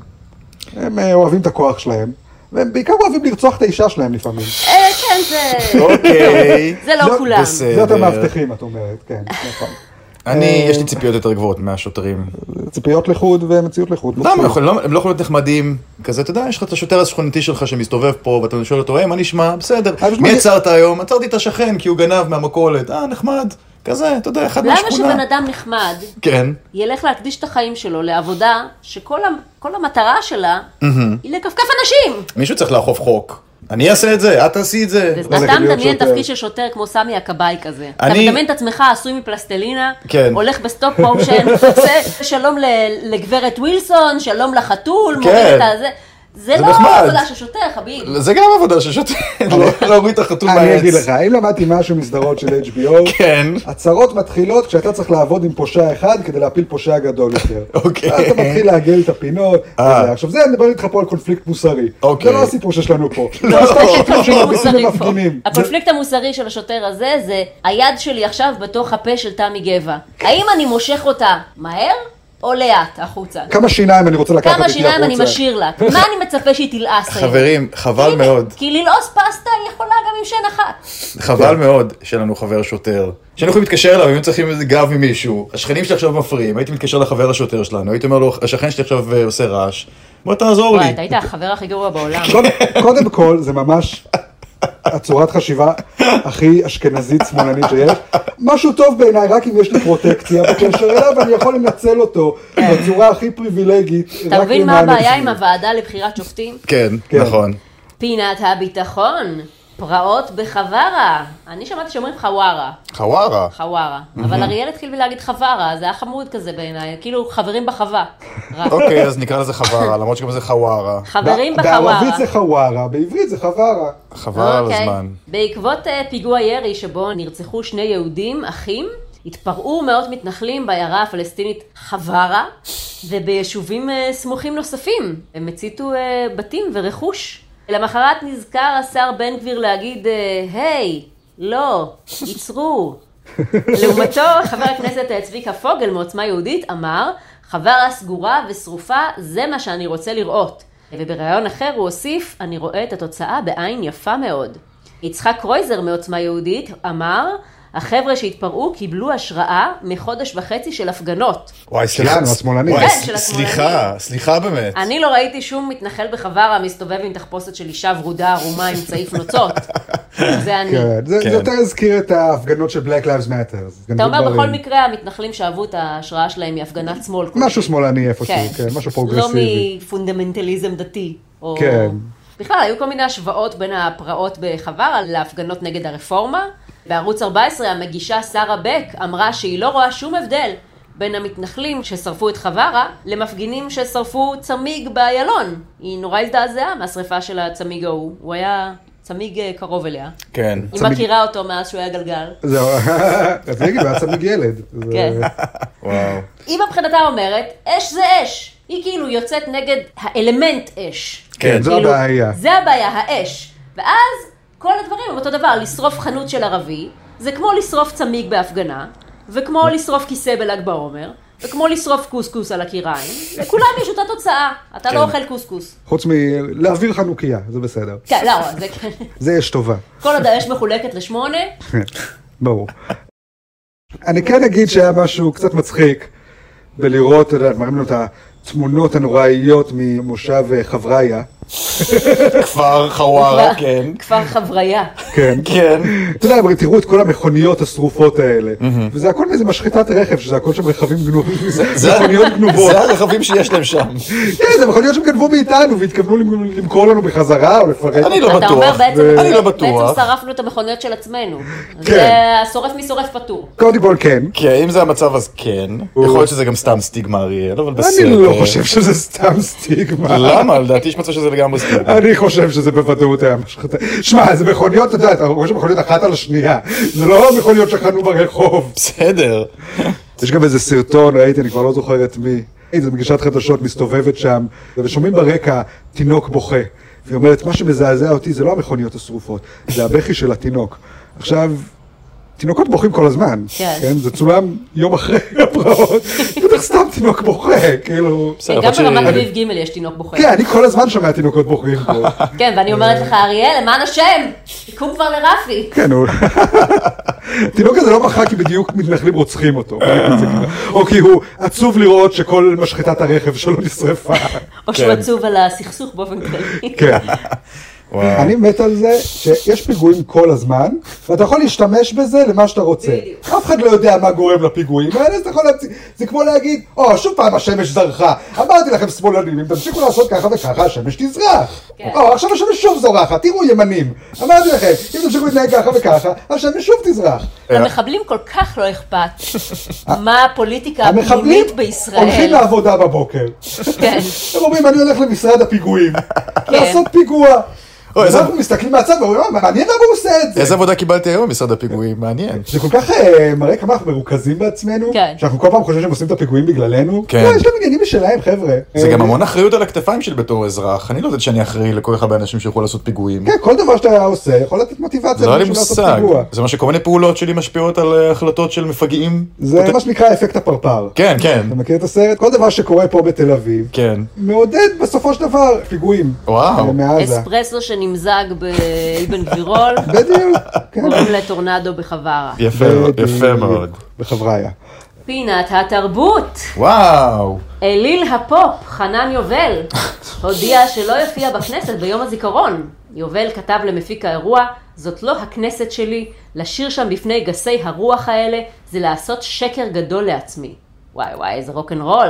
[SPEAKER 1] הם אה, אוהבים את הכוח שלהם, והם בעיקר אוהבים לרצוח את האישה שלהם לפעמים.
[SPEAKER 2] אה, כן, זה...
[SPEAKER 3] אוקיי.
[SPEAKER 2] זה לא
[SPEAKER 1] לא,
[SPEAKER 2] כולם.
[SPEAKER 3] בסדר.
[SPEAKER 1] זאת המאבטחים, את אומרת, כן, נכון.
[SPEAKER 3] אני, יש לי ציפיות יותר גבוהות מהשוטרים.
[SPEAKER 1] ציפיות לחוד ומציאות לחוד.
[SPEAKER 3] אתה יודע, הם לא יכולים- הם לא יכולים להיות נחמדים, כזה, אתה יודע, יש לך את השוטר השכונתי שלך שמסתובב פה, ואתה שואל אותו, היי, מה נשמע? בסדר.
[SPEAKER 1] פשוט
[SPEAKER 3] מי
[SPEAKER 1] מגיע-
[SPEAKER 3] עצרת היום? עצרתי את השכן כי הוא גנב מהמכולת. אה, נחמד. כזה, אתה יודע, אחד
[SPEAKER 2] למה
[SPEAKER 3] מהשכונה.
[SPEAKER 2] שבן אדם נחמד
[SPEAKER 3] כן.
[SPEAKER 2] ילך להקדיש את החיים שלו לעבודה שכל המ- כל המטרה שלה היא לכפכף אנשים?
[SPEAKER 3] מישהו צריך לאכוף חוק. אני אעשה את זה, את תעשי את לא, זה.
[SPEAKER 1] זה
[SPEAKER 2] אתה
[SPEAKER 1] יכול להיות
[SPEAKER 2] מדמיין
[SPEAKER 1] שוטר.
[SPEAKER 2] תפקיד של שוטר כמו סמי הכבאי כזה. אתה
[SPEAKER 3] אני-
[SPEAKER 2] מדמיין את עצמך עשוי מפלסטלינה,
[SPEAKER 3] כן.
[SPEAKER 2] הולך בסטופ מושן, עושה שלום ל- לגברת ווילסון, שלום לחתול, מוריד את הזה. זה
[SPEAKER 3] כן. זה
[SPEAKER 2] לא
[SPEAKER 3] נחמד. לא.
[SPEAKER 2] עבודה של שוטר, חביב.
[SPEAKER 3] זה גם עבודה ששוטר, לא- להוריד את החתום מהעץ.
[SPEAKER 1] אני אגיד לך, אם למדתי משהו מסדרות של HBO,
[SPEAKER 3] כן.
[SPEAKER 1] הצרות מתחילות כשאתה צריך לעבוד עם פושע אחד כדי להפיל פושע גדול יותר.
[SPEAKER 3] אוקיי.
[SPEAKER 1] ואז אתה מתחיל לעגל את הפינות.
[SPEAKER 3] אה.
[SPEAKER 1] וזה. עכשיו זה, אני מדבר איתך פה על קונפליקט מוסרי.
[SPEAKER 3] אוקיי. לא.
[SPEAKER 1] זה לא הסיפור שיש לנו פה. זה
[SPEAKER 2] הקונפליקט
[SPEAKER 1] הסיפור שמרביצים
[SPEAKER 2] המוסרי פה.
[SPEAKER 1] למפגינים.
[SPEAKER 2] הקונפליקט המוסרי של השוטר הזה זה היד שלי עכשיו בתוך הפה של תמי גבע. האם אני מושך אותה מהר או לאט החוצה?
[SPEAKER 1] כמה שיניים אני רוצה לקחת איתי
[SPEAKER 2] כמה
[SPEAKER 1] החוצה.
[SPEAKER 2] שיניים אני משאיר לה? מה אני מצפה שהיא תלעס היום?
[SPEAKER 3] חברים, חבל
[SPEAKER 2] אוקיי. הנה,
[SPEAKER 3] מאוד,
[SPEAKER 2] כי ללעוס פסטה היא יכולה גם עם שן אחת.
[SPEAKER 3] חבל
[SPEAKER 1] כן.
[SPEAKER 3] מאוד שאין לנו חבר שוטר. שהיינו יכולים להתקשר אליו, אם היו צריכים איזה גב ממישהו, השכנים שלי עכשיו מפריעים, הייתי מתקשר לחבר השוטר שלנו, הייתי אומר לו, השכן שלי עכשיו אה, עושה רעש, בוא תעזור לי.
[SPEAKER 2] וואי, אתה היית החבר הכי גרוע בעולם.
[SPEAKER 1] קודם- קודם כל, זה ממש הצורת חשיבה הכי אשכנזית שמאלנית שיש. משהו טוב בעיניי, רק אם יש לי פרוטקציה בקשר אליו, אני יכול לנצל אותו בצורה הכי פריבילגית.
[SPEAKER 2] אתה
[SPEAKER 1] רק
[SPEAKER 2] מבין כן. מה
[SPEAKER 1] למען
[SPEAKER 2] הבעיה
[SPEAKER 1] עצמי.
[SPEAKER 2] עם הוועדה לבחירת שופטים?
[SPEAKER 3] כן,
[SPEAKER 1] כן.
[SPEAKER 3] נכון.
[SPEAKER 2] פינת הביטחון, פרעות בחווארה. אני שמעתי שאומרים חווארה,
[SPEAKER 3] חווארה.
[SPEAKER 2] חווארה. אבל אריאל התחיל בלהגיד חווארה, זה היה חמוד כזה בעיניי, כאילו חברים בחווה. רק.
[SPEAKER 3] אוקיי, אז נקרא לזה חווארה, למרות שגם זה חווארה.
[SPEAKER 2] חברים
[SPEAKER 1] בע-
[SPEAKER 2] בחווארה.
[SPEAKER 1] בערבית זה חווארה, בעברית זה חווארה.
[SPEAKER 3] חווארה על
[SPEAKER 2] אוקיי.
[SPEAKER 3] הזמן.
[SPEAKER 2] בעקבות אה, פיגוע ירי שבו נרצחו שני יהודים, אחים, התפרעו מאות מתנחלים בעיירה הפלסטינית חווארה, וביישובים אה, סמוכים נוספים. הם הציתו אה, בתים ורכוש. למחרת נזכר השר בן גביר להגיד, אה, היי, לא, ייצרו. לעומתו, חבר הכנסת אה, צביקה פוגל מעוצמה יהודית אמר, חווארה סגורה ושרופה, זה מה שאני רוצה לראות. ובריאיון אחר הוא הוסיף, אני רואה את התוצאה בעין יפה מאוד. יצחק קרויזר מעוצמה יהודית אמר, החבר'ה שהתפרעו קיבלו השראה מחודש וחצי של הפגנות.
[SPEAKER 3] וואי,
[SPEAKER 1] שלנו, השמאלנים.
[SPEAKER 3] וואי,
[SPEAKER 2] כן,
[SPEAKER 3] ס-
[SPEAKER 2] של השמאלנים.
[SPEAKER 3] סליחה, סליחה באמת.
[SPEAKER 2] אני לא ראיתי שום מתנחל בחווארה מסתובב עם תחפושת של אישה ורודה ערומה עם צעיף נוצות. זה אני.
[SPEAKER 1] כן, זה
[SPEAKER 3] כן.
[SPEAKER 1] זה יותר הזכיר את ההפגנות של Black Lives Matter.
[SPEAKER 2] אתה אומר בכל מקרה המתנחלים שאבו את ההשראה שלהם מהפגנת שמאל.
[SPEAKER 1] משהו שמאלני איפשהו,
[SPEAKER 2] כן.
[SPEAKER 1] כן, משהו פרוגרסיבי.
[SPEAKER 2] לא מפונדמנטליזם דתי. או...
[SPEAKER 1] כן.
[SPEAKER 2] בכלל, היו כל מיני השוואות בין הפרעות בחווארה להפגנות נגד הרפורמה. בערוץ 14 המגישה שרה בק אמרה שהיא לא רואה שום הבדל בין המתנחלים ששרפו את חווארה למפגינים ששרפו צמיג באיילון. היא נורא הזדעזעה מהשריפה של הצמיג ההוא. הוא היה צמיג אה, קרוב אליה.
[SPEAKER 3] כן.
[SPEAKER 2] היא מכירה אותו מאז שהוא היה גלגל.
[SPEAKER 1] זהו, אז נגיד, ואז צמיג ילד. זה-
[SPEAKER 2] כן.
[SPEAKER 3] וואו.
[SPEAKER 2] היא מבחינתה אומרת, אש זה אש. היא כאילו יוצאת נגד האלמנט אש.
[SPEAKER 1] כן, זו
[SPEAKER 2] כאילו,
[SPEAKER 1] הבעיה.
[SPEAKER 2] זה הבעיה, האש. ואז כל הדברים הם אותו דבר, לשרוף חנות של ערבי, זה כמו לשרוף צמיג בהפגנה, וכמו לשרוף כיסא בל"ג בעומר, וכמו לשרוף קוסקוס על הקיריים, לכולם יש אותה תוצאה, אתה לא
[SPEAKER 3] כן.
[SPEAKER 2] אוכל קוסקוס.
[SPEAKER 1] חוץ מלהעביר חנוכיה, זה בסדר.
[SPEAKER 2] כן, לא, זה כן.
[SPEAKER 1] זה אש טובה,
[SPEAKER 2] כל עוד האש מחולקת לשמונה,
[SPEAKER 1] ברור. אני כן אגיד שהיה משהו קצת מצחיק בלראות, אתה יודע, מראים לנו את התמונות הנוראיות ממושב אה, חבריה.
[SPEAKER 3] כפר חווארה,
[SPEAKER 2] כבר-
[SPEAKER 3] כן.
[SPEAKER 2] כבר חבריה.
[SPEAKER 1] כן.
[SPEAKER 3] כן.
[SPEAKER 1] אתה יודע, אבל תראו את כל המכוניות השרופות האלה. וזה הכל מאיזה משחטת רכב, שזה הכל שם רכבים גנובים. זה מכוניות גנובות.
[SPEAKER 3] זה הרכבים שיש להם שם.
[SPEAKER 1] כן, זה מכוניות שהם גנבו מאיתנו והתכוונו למ- למכור לנו בחזרה או לפרק.
[SPEAKER 3] אני לא
[SPEAKER 2] אתה אומר
[SPEAKER 3] בטוח.
[SPEAKER 2] בעצם,
[SPEAKER 3] אני לא
[SPEAKER 2] בעצם
[SPEAKER 3] בטוח.
[SPEAKER 2] שרפנו את המכוניות של עצמנו.
[SPEAKER 1] כן.
[SPEAKER 2] זה השורף משורף פטור.
[SPEAKER 1] קודם כל כן.
[SPEAKER 3] כן, אם זה המצב אז כן. יכול להיות שזה גם סתם סטיגמה אריאל, אבל בסדר. לא.
[SPEAKER 1] אני לא חושב שזה סתם סטיגמה.
[SPEAKER 3] למה? לדעתי יש מצב שזה לגמרי סטיגמה.
[SPEAKER 1] אני חושב שזה בוודאות היה משחטה. שמע, זה מכוניות, אתה יודע, אתה רואה שמכוניות אחת על השנייה. זה לא מכוניות שחנו ברחוב.
[SPEAKER 3] בסדר.
[SPEAKER 1] יש גם איזה סרטון, ראיתי, אני כבר לא זוכר את מי. איזה מגישת חדשות מסתובבת שם, ושומעים ברקע תינוק בוכה. והיא אומרת, מה שמזעזע אותי זה לא המכוניות השרופות, זה הבכי של התינוק. עכשיו, תינוקות בוכים כל הזמן.
[SPEAKER 2] כן.
[SPEAKER 1] כן, זה צולם יום אחרי הפרעות. בטח סתם תינוק בוכה, כאילו...
[SPEAKER 3] בסדר,
[SPEAKER 2] גם
[SPEAKER 3] יכול להיות
[SPEAKER 2] ברמת
[SPEAKER 3] ש-
[SPEAKER 2] אביב ג' יש תינוק בוכה.
[SPEAKER 1] כן, אני כל הזמן שומע תינוקות בוכים פה.
[SPEAKER 2] כן, ואני אומרת לך, אריאל, למען השם, תקום כבר לרפי.
[SPEAKER 1] כן, הוא... התינוק הזה לא בכה כי בדיוק מתנחלים רוצחים אותו. או כי הוא עצוב לראות שכל משחטת הרכב שלו נשרפה.
[SPEAKER 2] או שהוא
[SPEAKER 3] כן.
[SPEAKER 2] עצוב על הסכסוך באופן כללי.
[SPEAKER 1] כן.
[SPEAKER 3] וואו.
[SPEAKER 1] אני מת על זה שיש פיגועים כל הזמן, ואתה יכול להשתמש בזה למה שאתה רוצה.
[SPEAKER 2] בדיוק.
[SPEAKER 1] אף אחד לא יודע מה גורם לפיגועים האלה, אז אתה יכול להמציא... זה כמו להגיד, או, שוב פעם השמש זרחה. אמרתי לכם שמאלנים, אם תמשיכו לעשות ככה וככה, השמש תזרח.
[SPEAKER 2] כן.
[SPEAKER 1] או, עכשיו השמש שוב זורחת, תראו ימנים. אמרתי לכם, אם תמשיכו להתנהג ככה וככה, השמש שוב תזרח.
[SPEAKER 3] אה,
[SPEAKER 2] למחבלים כל כך לא אכפת מה הפוליטיקה
[SPEAKER 1] המחבלים
[SPEAKER 2] הפנימית בישראל.
[SPEAKER 1] הולכים לעבודה בבוקר.
[SPEAKER 2] כן.
[SPEAKER 1] הם אומרים, אני הולך למשרד הפיגועים, לעשות פיגוע.
[SPEAKER 3] אוי, איזה-
[SPEAKER 1] אנחנו מסתכלים מהצד ואומרים, "אה, מעניין למה הוא עושה את זה.
[SPEAKER 3] איזה עבודה קיבלתי היום במשרד הפיגועים? מעניין.
[SPEAKER 1] זה כל כך אה, מראה כמה אנחנו מרוכזים בעצמנו,
[SPEAKER 2] כן.
[SPEAKER 1] שאנחנו כל פעם חושבים שהם עושים את הפיגועים בגללנו.
[SPEAKER 3] כן.
[SPEAKER 1] לא, יש להם עניינים משלהם, חבר'ה.
[SPEAKER 3] זה
[SPEAKER 1] אה,
[SPEAKER 3] גם המון אחריות על הכתפיים שלי בתור אזרח. אני לא יודעת שאני אחראי לכל כך הרבה אנשים שיכולו לעשות פיגועים.
[SPEAKER 1] כן, כל דבר שאתה עושה יכול לתת מוטיבציה
[SPEAKER 3] זה לא היה לי
[SPEAKER 1] לאנשים לעשות
[SPEAKER 3] מושג.
[SPEAKER 1] פיגוע.
[SPEAKER 3] זה מה שכל מיני פעולות שלי משפיעות על אה, החלטות של מפגעים.
[SPEAKER 1] זה לא- מה שנקרא אפקט הפרפר.
[SPEAKER 3] כן, כן,
[SPEAKER 1] אתה מכיר את הסרט? כל דבר שקורה פה בתל אביב,
[SPEAKER 3] כן.
[SPEAKER 1] מעודד בסופו של דבר פיגועים.
[SPEAKER 3] וואו.
[SPEAKER 1] אה, מעזה.
[SPEAKER 2] אספרסו שנמזג באבן גבירול,
[SPEAKER 1] בדיוק, כן.
[SPEAKER 2] קוראים לטורנדו בחווארה.
[SPEAKER 3] יפה, יפה מאוד.
[SPEAKER 1] בחבריה.
[SPEAKER 2] פינת התרבות.
[SPEAKER 3] וואו.
[SPEAKER 2] אליל הפופ, חנן יובל, הודיע שלא יופיע בכנסת ביום הזיכרון. יובל כתב למפיק האירוע, זאת לא הכנסת שלי, לשיר שם בפני גסי הרוח האלה, זה לעשות שקר גדול לעצמי. וואי וואי, איזה רוקנרול.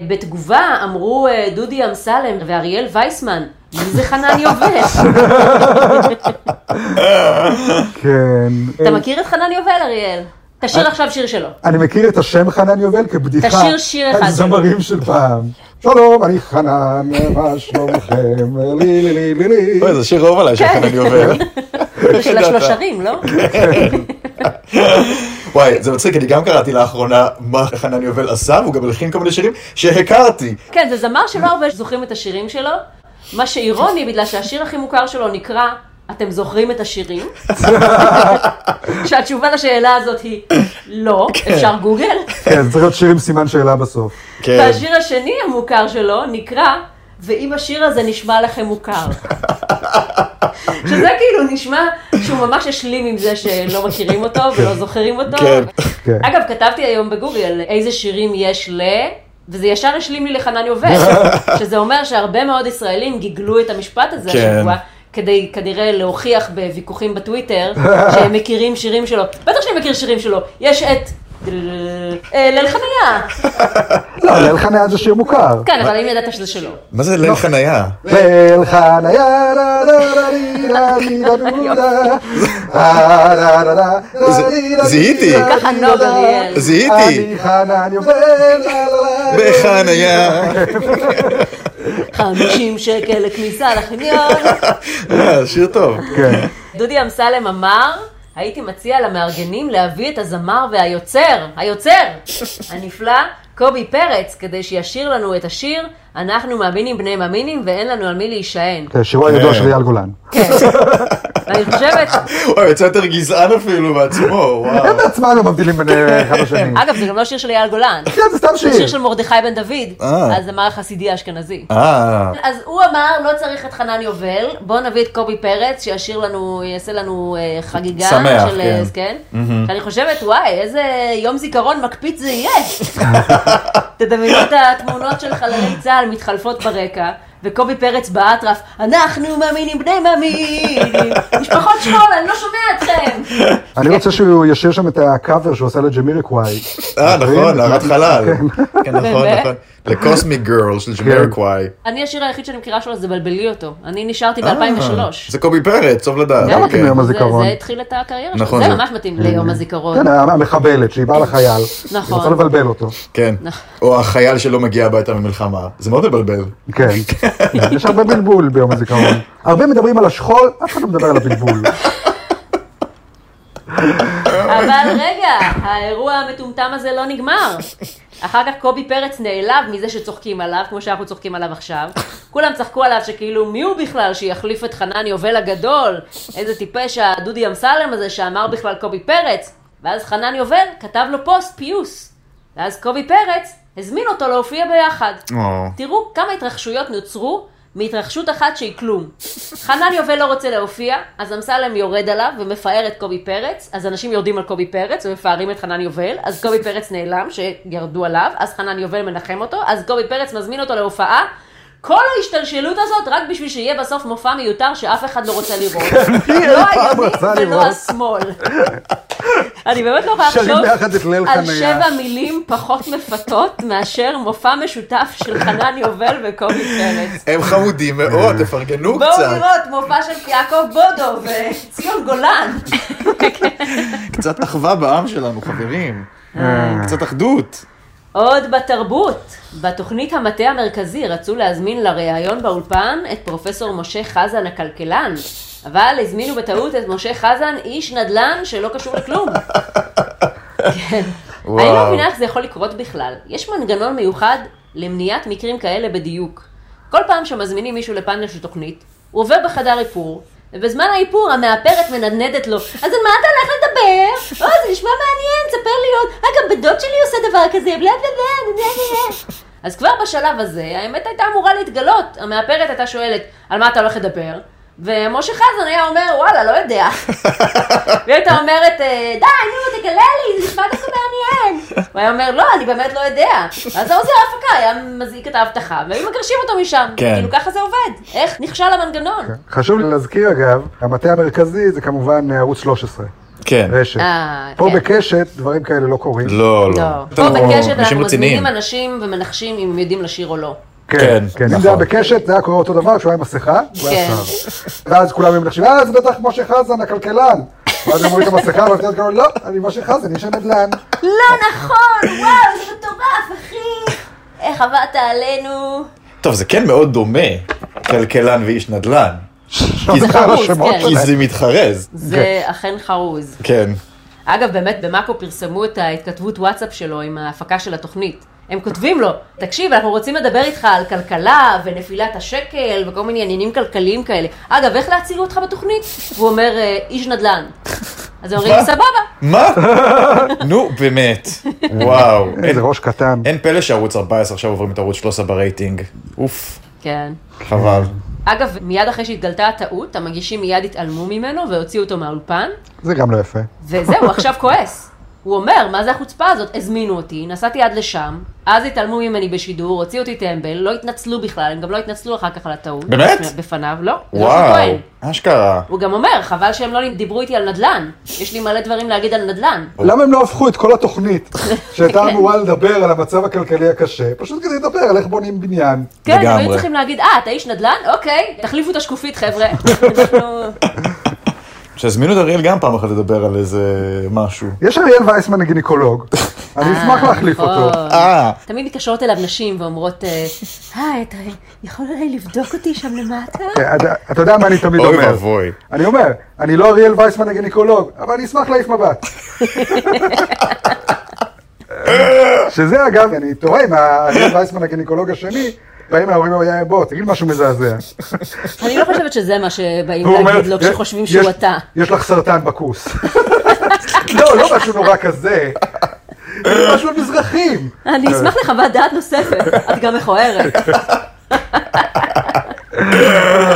[SPEAKER 2] בתגובה אמרו אה, דודי אמסלם ואריאל וייסמן, מי זה חנן יובל?
[SPEAKER 1] כן.
[SPEAKER 2] אתה מכיר את חנן יובל, אריאל? תשיר עכשיו שיר שלו.
[SPEAKER 1] אני מכיר את השם חנן יובל כבדיחה.
[SPEAKER 2] תשיר שיר אחד.
[SPEAKER 1] על זמרים של פעם. שלום, אני חנן, מה שלומכם? לי לי לי לי לי.
[SPEAKER 3] אוי, זה שיר אהוב עליי של חנן יובל.
[SPEAKER 2] זה של השלושרים, לא?
[SPEAKER 3] וואי, זה מצחיק, אני גם קראתי לאחרונה מה חנן יובל עשה, והוא גם הלחין כל מיני שירים שהכרתי.
[SPEAKER 2] כן, זה זמר שלא הרבה זוכרים את השירים שלו, מה שאירוני, בגלל שהשיר הכי מוכר שלו נקרא "אתם זוכרים את השירים?" שהתשובה לשאלה הזאת היא לא, אפשר גוגל.
[SPEAKER 1] כן, צריך להיות שיר עם סימן שאלה בסוף.
[SPEAKER 3] כן.
[SPEAKER 2] והשיר השני המוכר שלו נקרא "ואם השיר הזה נשמע לכם מוכר". שזה כאילו נשמע שהוא ממש השלים עם זה שלא מכירים אותו ולא זוכרים אותו.
[SPEAKER 3] כן.
[SPEAKER 1] כן.
[SPEAKER 2] אגב, כתבתי היום בגוגל איזה שירים יש ל... וזה ישר השלים לי לחנן יובל, שזה אומר שהרבה מאוד ישראלים גיגלו את המשפט הזה
[SPEAKER 3] כן.
[SPEAKER 2] השבוע. כדי כנראה להוכיח בוויכוחים בטוויטר שהם מכירים שירים שלו. בטח שאני מכיר שירים שלו. יש את... אה, ליל חניה.
[SPEAKER 1] לא, ליל חניה זה שיר מוכר.
[SPEAKER 2] כן, אבל אם ידעת שזה שלו.
[SPEAKER 3] מה זה ליל חנייה?
[SPEAKER 1] ליל חניה, רה רה רה רי רה רי רה רו רה. רה רה רה רה
[SPEAKER 3] זה-
[SPEAKER 1] רה רי רה
[SPEAKER 3] זיהיתי.
[SPEAKER 1] רי רה
[SPEAKER 2] ככה לא
[SPEAKER 1] רי
[SPEAKER 2] נוג
[SPEAKER 1] רה.
[SPEAKER 2] אריאל.
[SPEAKER 3] זיהיתי.
[SPEAKER 1] אני חנן יובל, לה לה לה.
[SPEAKER 3] בחנייה.
[SPEAKER 2] 50 שקל לכניסה לחניון.
[SPEAKER 3] אה, שיר טוב.
[SPEAKER 1] כן.
[SPEAKER 2] דודי אמסלם אמר, הייתי מציע למארגנים להביא את הזמר והיוצר, היוצר, הנפלא, קובי פרץ, כדי שישיר לנו את השיר, אנחנו מאמינים בני מאמינים ואין לנו על מי להישען.
[SPEAKER 1] כן, שירו הידוע של אייל גולן.
[SPEAKER 2] כן. ואני חושבת,
[SPEAKER 3] וואי, יצא יותר גזען אפילו מעצמו, וואו.
[SPEAKER 1] הם בעצמם לא מבדילים בין אה, אחד לשני.
[SPEAKER 2] אגב, זה גם לא שיר של אייל גולן,
[SPEAKER 1] כן, זה סתם
[SPEAKER 2] זה שיר
[SPEAKER 1] שיר.
[SPEAKER 2] של מרדכי בן דוד,
[SPEAKER 3] אה.
[SPEAKER 2] הזמר החסידי האשכנזי.
[SPEAKER 3] אה,
[SPEAKER 2] אז הוא אמר, לא צריך את חנן יובל, בוא נביא את קובי פרץ, שישיר לנו, יעשה לנו אה, חגיגה.
[SPEAKER 3] שמח,
[SPEAKER 2] של,
[SPEAKER 3] כן.
[SPEAKER 2] אה, כן. אני חושבת, וואי, איזה יום זיכרון מקפיץ זה יהיה. תדמיינו את התמונות של חללי צה"ל מתחלפות ברקע, וקובי פרץ באטרף, אנחנו מאמינים בני מאמינים, משפחות שמאל, אני לא שומע אתכם.
[SPEAKER 1] אני רוצה שהוא ישיר שם את הקאבר שהוא עשה לג'מיריקוואי.
[SPEAKER 3] אה, נכון,
[SPEAKER 1] אה,
[SPEAKER 3] להרת חלל. כן, נכון,
[SPEAKER 2] באמת?
[SPEAKER 3] נכון. כן. לקוסמיק גרל של ג'מריקוואי.
[SPEAKER 2] אני השיר היחיד שאני מכירה שלו זה בלבלי אותו. אני נשארתי
[SPEAKER 3] אה,
[SPEAKER 2] ב-2003.
[SPEAKER 3] זה קובי פרץ, טוב לדעת.
[SPEAKER 1] למה
[SPEAKER 3] אוקיי.
[SPEAKER 1] אתם יום הזיכרון?
[SPEAKER 2] כן. זה התחיל את הקריירה שלו,
[SPEAKER 3] נכון,
[SPEAKER 2] זה
[SPEAKER 3] זה-
[SPEAKER 2] ממש מתאים ליום הזיכרון.
[SPEAKER 1] כן, המחבלת שהיא באה לחייל.
[SPEAKER 3] אה,
[SPEAKER 2] נכון.
[SPEAKER 1] היא רוצה לבלבל אותו.
[SPEAKER 3] כן. או החייל שלא מגיע הביתה ממלחמה. זה מאוד מבלבל.
[SPEAKER 1] כן. יש הרבה בלבול ביום הזיכרון. הרבה מדברים על השכול, אף אחד לא מדבר על הבלבול.
[SPEAKER 2] אבל רגע, האירוע המטומטם הזה לא נגמר. אחר כך קובי פרץ נעלב מזה שצוחקים עליו, כמו שאנחנו צוחקים עליו עכשיו. כולם צחקו עליו שכאילו, מי הוא בכלל שיחליף את חנן יובל הגדול? איזה טיפש הדודי אמסלם הזה שאמר בכלל קובי פרץ. ואז חנן יובל כתב לו פוסט פיוס. ואז קובי פרץ הזמין אותו להופיע ביחד.
[SPEAKER 3] או.
[SPEAKER 2] תראו כמה התרחשויות נוצרו מהתרחשות אחת שהיא כלום. חנן יובל לא רוצה להופיע, אז אמסלם יורד עליו ומפאר את קובי פרץ, אז אנשים יורדים על קובי פרץ ומפארים את חנן יובל, אז קובי פרץ נעלם שירדו עליו, אז חנן יובל מנחם אותו, אז קובי פרץ מזמין אותו להופעה. כל ההשתלשלות הזאת רק בשביל שיהיה בסוף מופע מיותר שאף אחד לא רוצה לראות.
[SPEAKER 1] כן,
[SPEAKER 2] לא הימין
[SPEAKER 1] רצה
[SPEAKER 2] ולא
[SPEAKER 1] לראות?
[SPEAKER 2] השמאל. אני באמת לא יכולה
[SPEAKER 1] שרים
[SPEAKER 2] לחשוב
[SPEAKER 1] ביחד את ליל
[SPEAKER 2] על
[SPEAKER 1] חניה.
[SPEAKER 2] שבע מילים פחות מפתות מאשר מופע משותף של חנן יובל וקובי פרץ.
[SPEAKER 3] הם חמודים מאוד, תפרגנו
[SPEAKER 2] בואו
[SPEAKER 3] קצת.
[SPEAKER 2] לראות מופע של יעקב בודו וציון גולן.
[SPEAKER 3] קצת אחווה בעם שלנו, חברים.
[SPEAKER 2] אה.
[SPEAKER 3] קצת אחדות.
[SPEAKER 2] עוד בתרבות, בתוכנית המטה המרכזי רצו להזמין לראיון באולפן את פרופסור משה חזן הכלכלן, אבל הזמינו בטעות את משה חזן, איש נדל"ן שלא קשור לכלום. כן. אני לא מבינה איך זה יכול לקרות בכלל. יש מנגנון מיוחד למניעת מקרים כאלה בדיוק. כל פעם שמזמינים מישהו לפאנל של תוכנית, הוא עובר בחדר איפור, ובזמן האיפור המאפרת מנדנדת לו, אז על מה אתה הולך לדבר? או, זה נשמע מעניין, ספר לי עוד. אגב, בדוד שלי עושה דבר כזה, בלה בלה בלה בלה בלה. אז כבר בשלב הזה, האמת הייתה אמורה להתגלות. המאפרת הייתה שואלת, על מה אתה הולך לדבר? ומשה חזן היה אומר, וואלה, לא יודע. והיא הייתה אומרת, אה, די, נו, תגלה לי, זה נשמע דווקא מעניין. הוא היה אומר, לא, אני באמת לא יודע. ואז העוזר ההפקה היה מזעיק את ההבטחה, והיו מגרשים אותו משם.
[SPEAKER 3] כן.
[SPEAKER 2] כאילו, ככה זה עובד. איך נכשל המנגנון?
[SPEAKER 1] חשוב לי להזכיר אגב, המטה המרכזי זה כמובן ערוץ 13,
[SPEAKER 3] כן.
[SPEAKER 1] רשת.
[SPEAKER 2] אה,
[SPEAKER 1] פה
[SPEAKER 2] כן.
[SPEAKER 1] בקשת דברים כאלה לא קורים.
[SPEAKER 3] לא,
[SPEAKER 2] לא.
[SPEAKER 3] לא.
[SPEAKER 2] פה בקשת
[SPEAKER 3] אנשים
[SPEAKER 2] אנחנו
[SPEAKER 3] רציניים.
[SPEAKER 2] מזמינים אנשים ומנחשים אם הם יודעים לשיר או לא.
[SPEAKER 3] כן,
[SPEAKER 1] כן, אם
[SPEAKER 3] נכון.
[SPEAKER 1] זה היה בקשת, זה היה קורה אותו דבר, שהוא היה עם מסכה, הוא היה
[SPEAKER 2] כן.
[SPEAKER 1] שר. ואז כולם היו נחשבים, אה, זה בטח משה חזן, הכלכלן. ואז הם מורידים את המסכה, ואז כולם אומרים, לא, אני משה חזן, יש הנדל"ן.
[SPEAKER 2] לא נכון, וואו, זה מטורף, אחי. איך עבדת עלינו?
[SPEAKER 3] טוב, זה כן מאוד דומה, כלכלן ואיש נדל"ן. כי זה-
[SPEAKER 1] בכלל
[SPEAKER 2] חרוץ,
[SPEAKER 1] השמות
[SPEAKER 2] כן.
[SPEAKER 3] כי
[SPEAKER 1] שלהם.
[SPEAKER 3] זה מתחרז.
[SPEAKER 2] זה אכן חרוז.
[SPEAKER 3] כן.
[SPEAKER 2] אגב, באמת, במאקו פרסמו את ההתכתבות וואטסאפ שלו עם ההפקה של התוכנית. הם כותבים לו, תקשיב, אנחנו רוצים לדבר איתך על כלכלה ונפילת השקל וכל מיני עניינים כלכליים כאלה. אגב, איך להציג אותך בתוכנית? והוא אומר, "אה, איש נדל"ן. אז הם אומרים,
[SPEAKER 3] מה?
[SPEAKER 2] סבבה.
[SPEAKER 3] מה? נו, באמת. וואו. אין-
[SPEAKER 1] איזה ראש קטן.
[SPEAKER 3] אין פלא שערוץ 14 עכשיו עוברים את ערוץ 13 ברייטינג. אוף.
[SPEAKER 2] כן.
[SPEAKER 3] חבל.
[SPEAKER 2] אגב, מיד אחרי שהתגלתה הטעות, המגישים מיד התעלמו ממנו והוציאו אותו מהאולפן,
[SPEAKER 1] זה גם לא יפה.
[SPEAKER 2] וזהו, עכשיו כועס. הוא אומר, מה זה החוצפה הזאת? הזמינו אותי, נסעתי עד לשם, אז התעלמו ממני בשידור, הוציאו אותי טמבל, לא התנצלו בכלל, הם גם לא התנצלו אחר כך על הטעות.
[SPEAKER 3] באמת?
[SPEAKER 2] בפניו, לא. זה לא שהוא
[SPEAKER 3] וואו.
[SPEAKER 2] טוען.
[SPEAKER 3] אשכרה.
[SPEAKER 2] הוא גם אומר, חבל שהם לא דיברו איתי על נדל"ן. יש לי מלא דברים להגיד על נדל"ן.
[SPEAKER 1] למה הם לא הפכו את כל התוכנית
[SPEAKER 3] כן.
[SPEAKER 1] שהייתה אמורה לדבר על המצב הכלכלי הקשה, פשוט כדי לדבר על איך בונים בניין.
[SPEAKER 2] כן, הם היו
[SPEAKER 3] לגמרי.
[SPEAKER 2] צריכים להגיד, אה, אתה איש נדל"ן? אוקיי, תחליפו את השקופית, חבר'ה. אנחנו...
[SPEAKER 3] שיזמינו את אריאל גם פעם אחת לדבר על איזה משהו.
[SPEAKER 1] יש אריאל וייסמן גינקולוג, אני אשמח להחליף אותו.
[SPEAKER 2] נכון.
[SPEAKER 3] אה,
[SPEAKER 2] תמיד מתקשרות אליו נשים ואומרות, אה, היי, אתה יכול אולי לבדוק אותי שם למטה?
[SPEAKER 1] כן, אתה- אתה יודע מה אני תמיד
[SPEAKER 3] אוי
[SPEAKER 1] אומר.
[SPEAKER 3] ואבוי.
[SPEAKER 1] אני אומר, אני לא אריאל וייסמן הגינקולוג, אבל אני אשמח להעיף מבט. שזה אגב, אני תוהה אם האריאל וייסמן הגינקולוג השני, באים ואומרים לו, "יא, בוא, תגיד משהו מזעזע.
[SPEAKER 2] אני לא חושבת שזה מה שבאים
[SPEAKER 1] והוא אומר,
[SPEAKER 2] להגיד לו כשחושבים שהוא
[SPEAKER 1] "יש-
[SPEAKER 2] אתה.
[SPEAKER 1] יש לך סרטן בכוס. לא, לא משהו נורא כזה. זה משהו על מזרחים.
[SPEAKER 2] אני אשמח לחוות דעת נוספת, את גם מכוערת.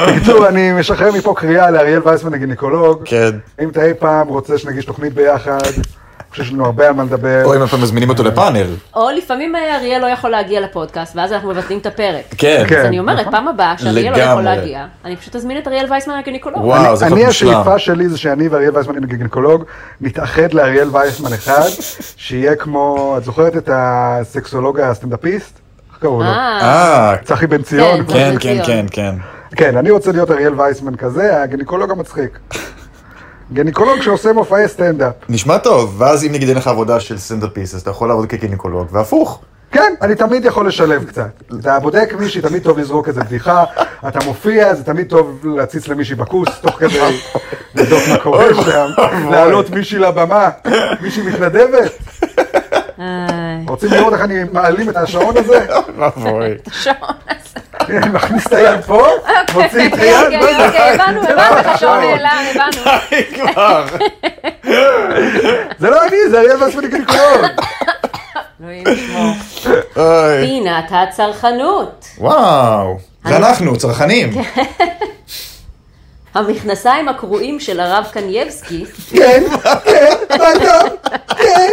[SPEAKER 1] בקיצור, אני משחרר מפה קריאה לאריאל וייסמן הגינקולוג.
[SPEAKER 3] כן.
[SPEAKER 1] אם אתה אי פעם רוצה שנגיש תוכנית ביחד, אני חושב שיש לנו הרבה על מה לדבר.
[SPEAKER 3] או אם אתם מזמינים אותו לפאנל.
[SPEAKER 2] או לפעמים אה, אריאל לא יכול להגיע לפודקאסט, ואז אנחנו מבטלים את הפרק.
[SPEAKER 3] כן.
[SPEAKER 1] כן.
[SPEAKER 2] אז אני אומרת, פעם הבאה שאריאל לא יכול
[SPEAKER 3] לגמרי.
[SPEAKER 2] להגיע, אני פשוט אזמין את אריאל וייסמן הגינקולוג.
[SPEAKER 3] וואו, זה יכול
[SPEAKER 1] אני
[SPEAKER 3] להיות מושלם.
[SPEAKER 1] השאיפה שלי זה שאני ואריאל וייסמן עם גינקולוג נתאחד לאריאל וייסמן אחד, שיהיה כמו, את זוכרת את הסקסולוג הסטנדאפיסט? איך קראו לו?
[SPEAKER 2] אה,
[SPEAKER 3] אה,
[SPEAKER 1] צחי בן ציון?
[SPEAKER 2] כן.
[SPEAKER 3] כן, כן, כן, כן.
[SPEAKER 1] כן, אני רוצה להיות אריאל וייסמן כזה, הגינקולוג המצחיק. גינקולוג שעושה מופעי סטנדאפ.
[SPEAKER 3] נשמע טוב, ואז אם נגיד אין לך עבודה של סטנדאפיסט, אז אתה יכול לעבוד כגינקולוג, והפוך.
[SPEAKER 1] כן, אני תמיד יכול לשלב קצת. אתה בודק מישהי, תמיד טוב לזרוק איזה בדיחה, אתה מופיע, זה תמיד טוב להציץ למישהי בכוס, תוך כדי לבדוק מה קורה שם, להעלות מישהי לבמה, מישהי מתנדבת.
[SPEAKER 2] אה,
[SPEAKER 1] רוצים לראות איך אני מעלים את השעון הזה?
[SPEAKER 3] ואבוי.
[SPEAKER 2] שעון הזה.
[SPEAKER 1] מכניס את היד פה, מוציא את
[SPEAKER 2] אוקיי,
[SPEAKER 1] היד, לא נכון. יודע.
[SPEAKER 2] אוקיי, אוקיי, הבנו, הבנו לך שעון נעלם, הבנו.
[SPEAKER 3] כבר.
[SPEAKER 1] זה לא אני, זה אריאל ועצמי גינקולוג.
[SPEAKER 2] אלוהים ישמור.
[SPEAKER 3] אוי.
[SPEAKER 2] פינת הצרכנות.
[SPEAKER 3] וואו. זה אנחנו, צרכנים.
[SPEAKER 2] כן. המכנסיים הקרועים של הרב קנייבסקי
[SPEAKER 1] כן, כן, מה טוב, כן.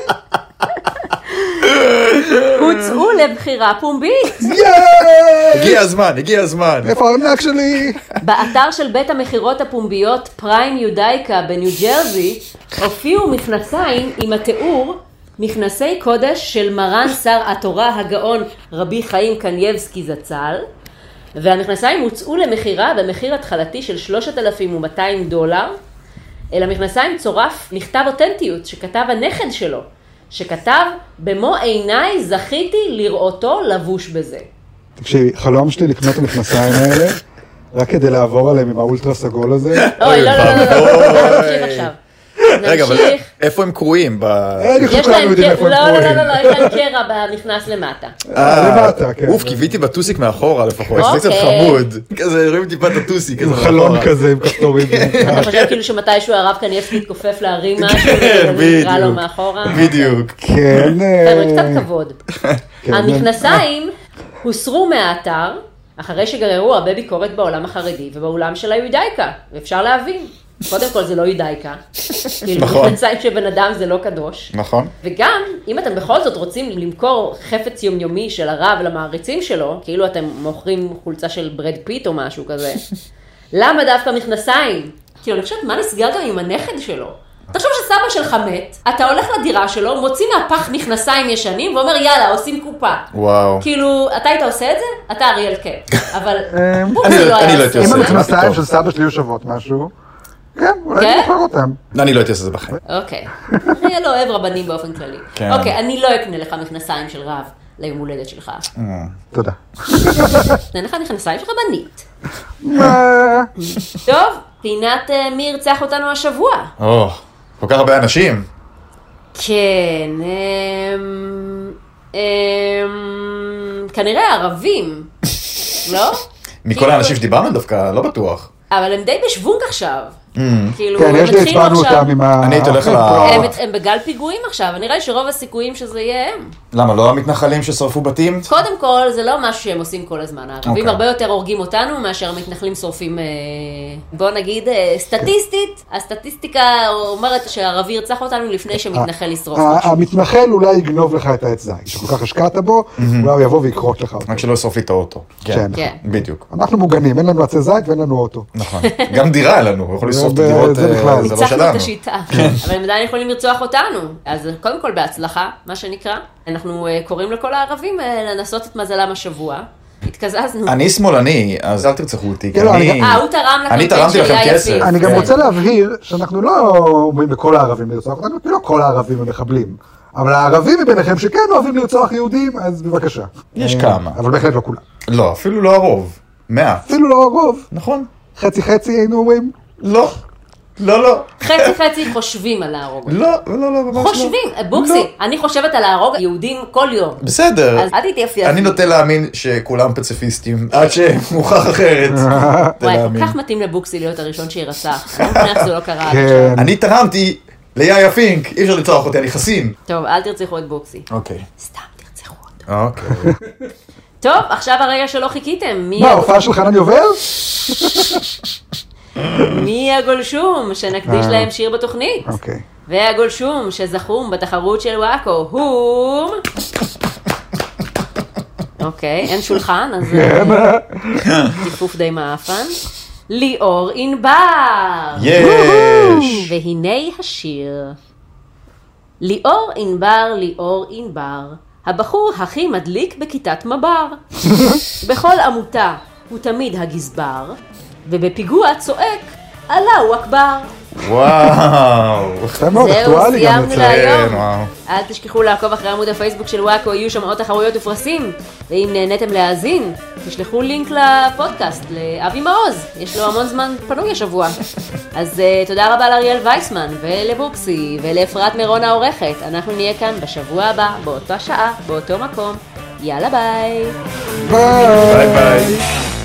[SPEAKER 2] הוא הוצאו לבחירה פומבית.
[SPEAKER 1] יאיי!
[SPEAKER 3] הגיע הזמן, הגיע הזמן.
[SPEAKER 1] איפה הארנק שלי?
[SPEAKER 2] באתר של בית המכירות הפומביות פריים יודאיקה בניו ג'רזי, הופיעו מכנסיים עם התיאור מכנסי קודש של מרן שר התורה הגאון רבי חיים קנייבסקי זצ"ל, והמכנסיים הוצאו למכירה במחיר התחלתי של 3,200 דולר. אל המכנסיים צורף מכתב אותנטיות שכתב הנכד שלו, שכתב במו עיניי זכיתי לראותו לבוש בזה.
[SPEAKER 1] תקשיבי, חלום שלי לקנות את המכנסיים האלה, רק כדי לעבור עליהם עם האולטרה סגול הזה.
[SPEAKER 2] אוי, לא, לא, לא, לא, לא, לא, נמשיך עכשיו.
[SPEAKER 3] רגע, אבל
[SPEAKER 2] נמשיך.
[SPEAKER 3] איפה הם קרויים? ב...
[SPEAKER 1] אה, אני חושב
[SPEAKER 2] יש להם
[SPEAKER 1] שכולנו יודעים איפה
[SPEAKER 2] קרע, לא,
[SPEAKER 1] הם
[SPEAKER 2] לא, לא,
[SPEAKER 1] קרויים.
[SPEAKER 2] לא, לא, יש להם קרע בנכנס למטה.
[SPEAKER 1] אה, למטה, כן.
[SPEAKER 3] אוף, קיוויתי בטוסיק מאחורה לפחות, זה
[SPEAKER 2] אוקיי.
[SPEAKER 3] קצת חמוד. כזה, רואים טיפה את הטוסיק. כזה
[SPEAKER 1] עם חלון
[SPEAKER 3] מאחורה.
[SPEAKER 1] כזה עם כפתורים.
[SPEAKER 2] אתה חושב כאילו שמתישהו הרב קנייבסקי יתכופף להרים משהו, וזה נקרא לו
[SPEAKER 3] בדיוק.
[SPEAKER 2] מאחורה?
[SPEAKER 3] בדיוק.
[SPEAKER 1] כן.
[SPEAKER 2] חבר'ה,
[SPEAKER 1] אה,
[SPEAKER 2] קצת כבוד.
[SPEAKER 1] כן,
[SPEAKER 2] המכנסיים הוסרו מהאתר, אחרי שגררו הרבה ביקורת בעולם החרדי ובעולם של היודאיקה, ואפשר להבין. קודם כל זה לא יודאיקה. כאילו,
[SPEAKER 3] נכון.
[SPEAKER 2] מכנסיים של בן אדם זה לא קדוש.
[SPEAKER 3] נכון.
[SPEAKER 2] וגם, אם אתם בכל זאת רוצים למכור חפץ יומיומי של הרב למעריצים שלו, כאילו אתם מוכרים חולצה של ברד פיט או משהו כזה, למה דווקא מכנסיים? כאילו, אני חושבת, מה נסגר גם עם הנכד שלו? תחשוב שסבא שלך מת, אתה הולך לדירה שלו, מוציא מהפח מכנסיים ישנים ואומר, יאללה, עושים קופה.
[SPEAKER 3] וואו.
[SPEAKER 2] כאילו, אתה היית עושה את זה? אתה אריאל קאפ. אבל
[SPEAKER 1] אה,
[SPEAKER 2] בוקי
[SPEAKER 3] אני-
[SPEAKER 2] לא
[SPEAKER 3] אני
[SPEAKER 2] היה
[SPEAKER 3] לא
[SPEAKER 2] עושה
[SPEAKER 3] הייתי
[SPEAKER 2] את
[SPEAKER 1] אם
[SPEAKER 2] זה.
[SPEAKER 3] עושה.
[SPEAKER 1] המכנסיים
[SPEAKER 3] טוב.
[SPEAKER 1] של סבא שלי שוות משהו, כן, אולי
[SPEAKER 2] כן?
[SPEAKER 1] אני אבחר אותם.
[SPEAKER 3] אני לא הייתי עושה את זה בחיים.
[SPEAKER 2] אוקיי. אריאל לא אוהב רבנים באופן כללי.
[SPEAKER 3] כן.
[SPEAKER 2] אוקיי, אני לא אקנה לך מכנסיים של רב ליום הולדת שלך.
[SPEAKER 1] תודה.
[SPEAKER 2] נתן לך מכנסיים של רבנית.
[SPEAKER 1] מה?
[SPEAKER 2] טוב, פינת אה, מי ירצח אותנו השבוע.
[SPEAKER 3] או, כל כך הרבה אנשים.
[SPEAKER 2] כן, אמ, אמ, כנראה ערבים, לא?
[SPEAKER 3] מכל
[SPEAKER 2] כאילו-
[SPEAKER 3] האנשים שדיברנו דווקא, לא בטוח.
[SPEAKER 2] אבל הם די בשוונג עכשיו. כאילו,
[SPEAKER 1] כן,
[SPEAKER 2] הם
[SPEAKER 1] יש לי
[SPEAKER 2] התחילו
[SPEAKER 1] הצבענו
[SPEAKER 2] עכשיו-
[SPEAKER 1] אותם עם ה... כן,
[SPEAKER 3] אני הייתי הולך ל-
[SPEAKER 2] הם הם בגל פיגועים עכשיו, נראה לי שרוב הסיכויים שזה יהיה הם.
[SPEAKER 3] למה, לא המתנחלים ששרפו בתים?
[SPEAKER 2] קודם כל, זה לא משהו שהם עושים כל הזמן. הערבים
[SPEAKER 3] אוקיי.
[SPEAKER 2] הרבה יותר הורגים אותנו מאשר המתנחלים שורפים, אה, בוא נגיד, אה, סטטיסטית.
[SPEAKER 3] כן.
[SPEAKER 2] הסטטיסטיקה אומרת שערבי ירצח אותנו
[SPEAKER 3] אה,
[SPEAKER 2] לפני שמתנחל ישרוף.
[SPEAKER 1] ה- המתנחל אולי יגנוב לך את העץ זית, שכל כך השקעת בו, אולי הוא יבוא ויקרוץ לך אותו.
[SPEAKER 3] רק שלא ישרוף לי את האוטו.
[SPEAKER 1] כן.
[SPEAKER 2] כן.
[SPEAKER 3] בדיוק.
[SPEAKER 1] אנחנו מוגנים, אין לנו עצי זית ואין לנו אוטו.
[SPEAKER 3] נכון. גם דירה אין לנו, הוא יכול לשרוף את
[SPEAKER 1] זה-
[SPEAKER 3] הדירות,
[SPEAKER 1] זה
[SPEAKER 3] אה,
[SPEAKER 1] בכלל.
[SPEAKER 3] זה לא
[SPEAKER 2] ניצחנו את
[SPEAKER 3] שלנו.
[SPEAKER 2] השיטה, אבל הם עדיין יכולים לרצוח אותנו. אז קודם כל בהצלחה, מה שנקרא. אנחנו אה, קוראים לכל הערבים אה, לנסות את מזלם השבוע. התקזזנו.
[SPEAKER 3] אני שמאלני, אז אל תרצחו אותי, כי
[SPEAKER 1] כן, לא, אני
[SPEAKER 3] אני...
[SPEAKER 1] גם-
[SPEAKER 2] אה, הוא תרם
[SPEAKER 3] אני
[SPEAKER 2] לקמפיין
[SPEAKER 3] תרמתי
[SPEAKER 2] של
[SPEAKER 3] לכם
[SPEAKER 2] יאיר
[SPEAKER 3] כסף.
[SPEAKER 2] לפיד.
[SPEAKER 1] אני גם
[SPEAKER 3] כן.
[SPEAKER 1] רוצה להבהיר שאנחנו לא אומרים לכל הערבים לרצוח אותנו, כי לא כל הערבים הם מחבלים. אבל הערבים מביניכם שכן אוהבים לרצוח יהודים, אז בבקשה.
[SPEAKER 3] יש כמה.
[SPEAKER 1] אבל בהחלט לא כולם.
[SPEAKER 3] לא, אפילו לא הרוב. מעט.
[SPEAKER 1] אפילו לא הרוב,
[SPEAKER 3] נכון.
[SPEAKER 1] חצי חצי היינו אומרים.
[SPEAKER 3] לא. לא, לא.
[SPEAKER 2] חצי חצי חושבים על להרוג.
[SPEAKER 3] לא, לא, לא, ממש לא.
[SPEAKER 2] חושבים, אה, בוקסי, אני חושבת על להרוג יהודים כל יום.
[SPEAKER 3] בסדר.
[SPEAKER 2] אז אל תתייפייף.
[SPEAKER 3] אני נוטה להאמין שכולם פציפיסטים, עד שמוכח אחרת. נוטה
[SPEAKER 2] וואי,
[SPEAKER 3] להאמין.
[SPEAKER 2] כל כך מתאים לבוקסי להיות הראשון שיירצח. אני מבינה שזה לא קרה עד עכשיו.
[SPEAKER 1] כן.
[SPEAKER 3] אני תרמתי ליאיה פינק, אי אפשר לצרוח אותי, אני חסין.
[SPEAKER 2] טוב, אל תרצחו את בוקסי.
[SPEAKER 3] אוקיי.
[SPEAKER 2] סתם תרצחו אותו.
[SPEAKER 3] אוקיי.
[SPEAKER 2] טוב, עכשיו הרגע שלא חיכיתם. מי
[SPEAKER 1] מה,
[SPEAKER 2] הגול-
[SPEAKER 1] ההופעה של חנן יובל?
[SPEAKER 2] מי הגולשום שנקדיש
[SPEAKER 1] אה.
[SPEAKER 2] להם שיר בתוכנית?
[SPEAKER 1] אוקיי.
[SPEAKER 2] והגולשום שזכום בתחרות של וואקו הוא... אוקיי, אין שולחן, אז
[SPEAKER 1] כן.
[SPEAKER 2] אה, טיפוף די מעפן. ליאור ענבר!
[SPEAKER 3] יש!
[SPEAKER 2] והנה השיר. ליאור ענבר, ליאור ענבר, הבחור הכי מדליק בכיתת מב"ר. בכל עמותה הוא תמיד הגזבר, ובפיגוע צועק, אללהו אכבר.
[SPEAKER 3] וואו.
[SPEAKER 1] זה מאוד
[SPEAKER 2] זהו,
[SPEAKER 1] אקטואלי גם
[SPEAKER 2] סיימנו
[SPEAKER 1] לצד.
[SPEAKER 2] להיום.
[SPEAKER 3] כן, וואו.
[SPEAKER 2] אל תשכחו לעקוב אחרי עמוד הפייסבוק של וואקו, יהיו שם עוד תחרויות ופרסים. ואם נהניתם להאזין, תשלחו לינק לפודקאסט לאבי מעוז, יש לו המון זמן פנוי השבוע. אז uh, תודה רבה לאריאל וייסמן, ולבוקסי, ולאפרת מירון העורכת. אנחנו נהיה כאן בשבוע הבא, באותה שעה, באותו מקום. יאללה ביי.
[SPEAKER 1] ביי.
[SPEAKER 3] ביי ביי.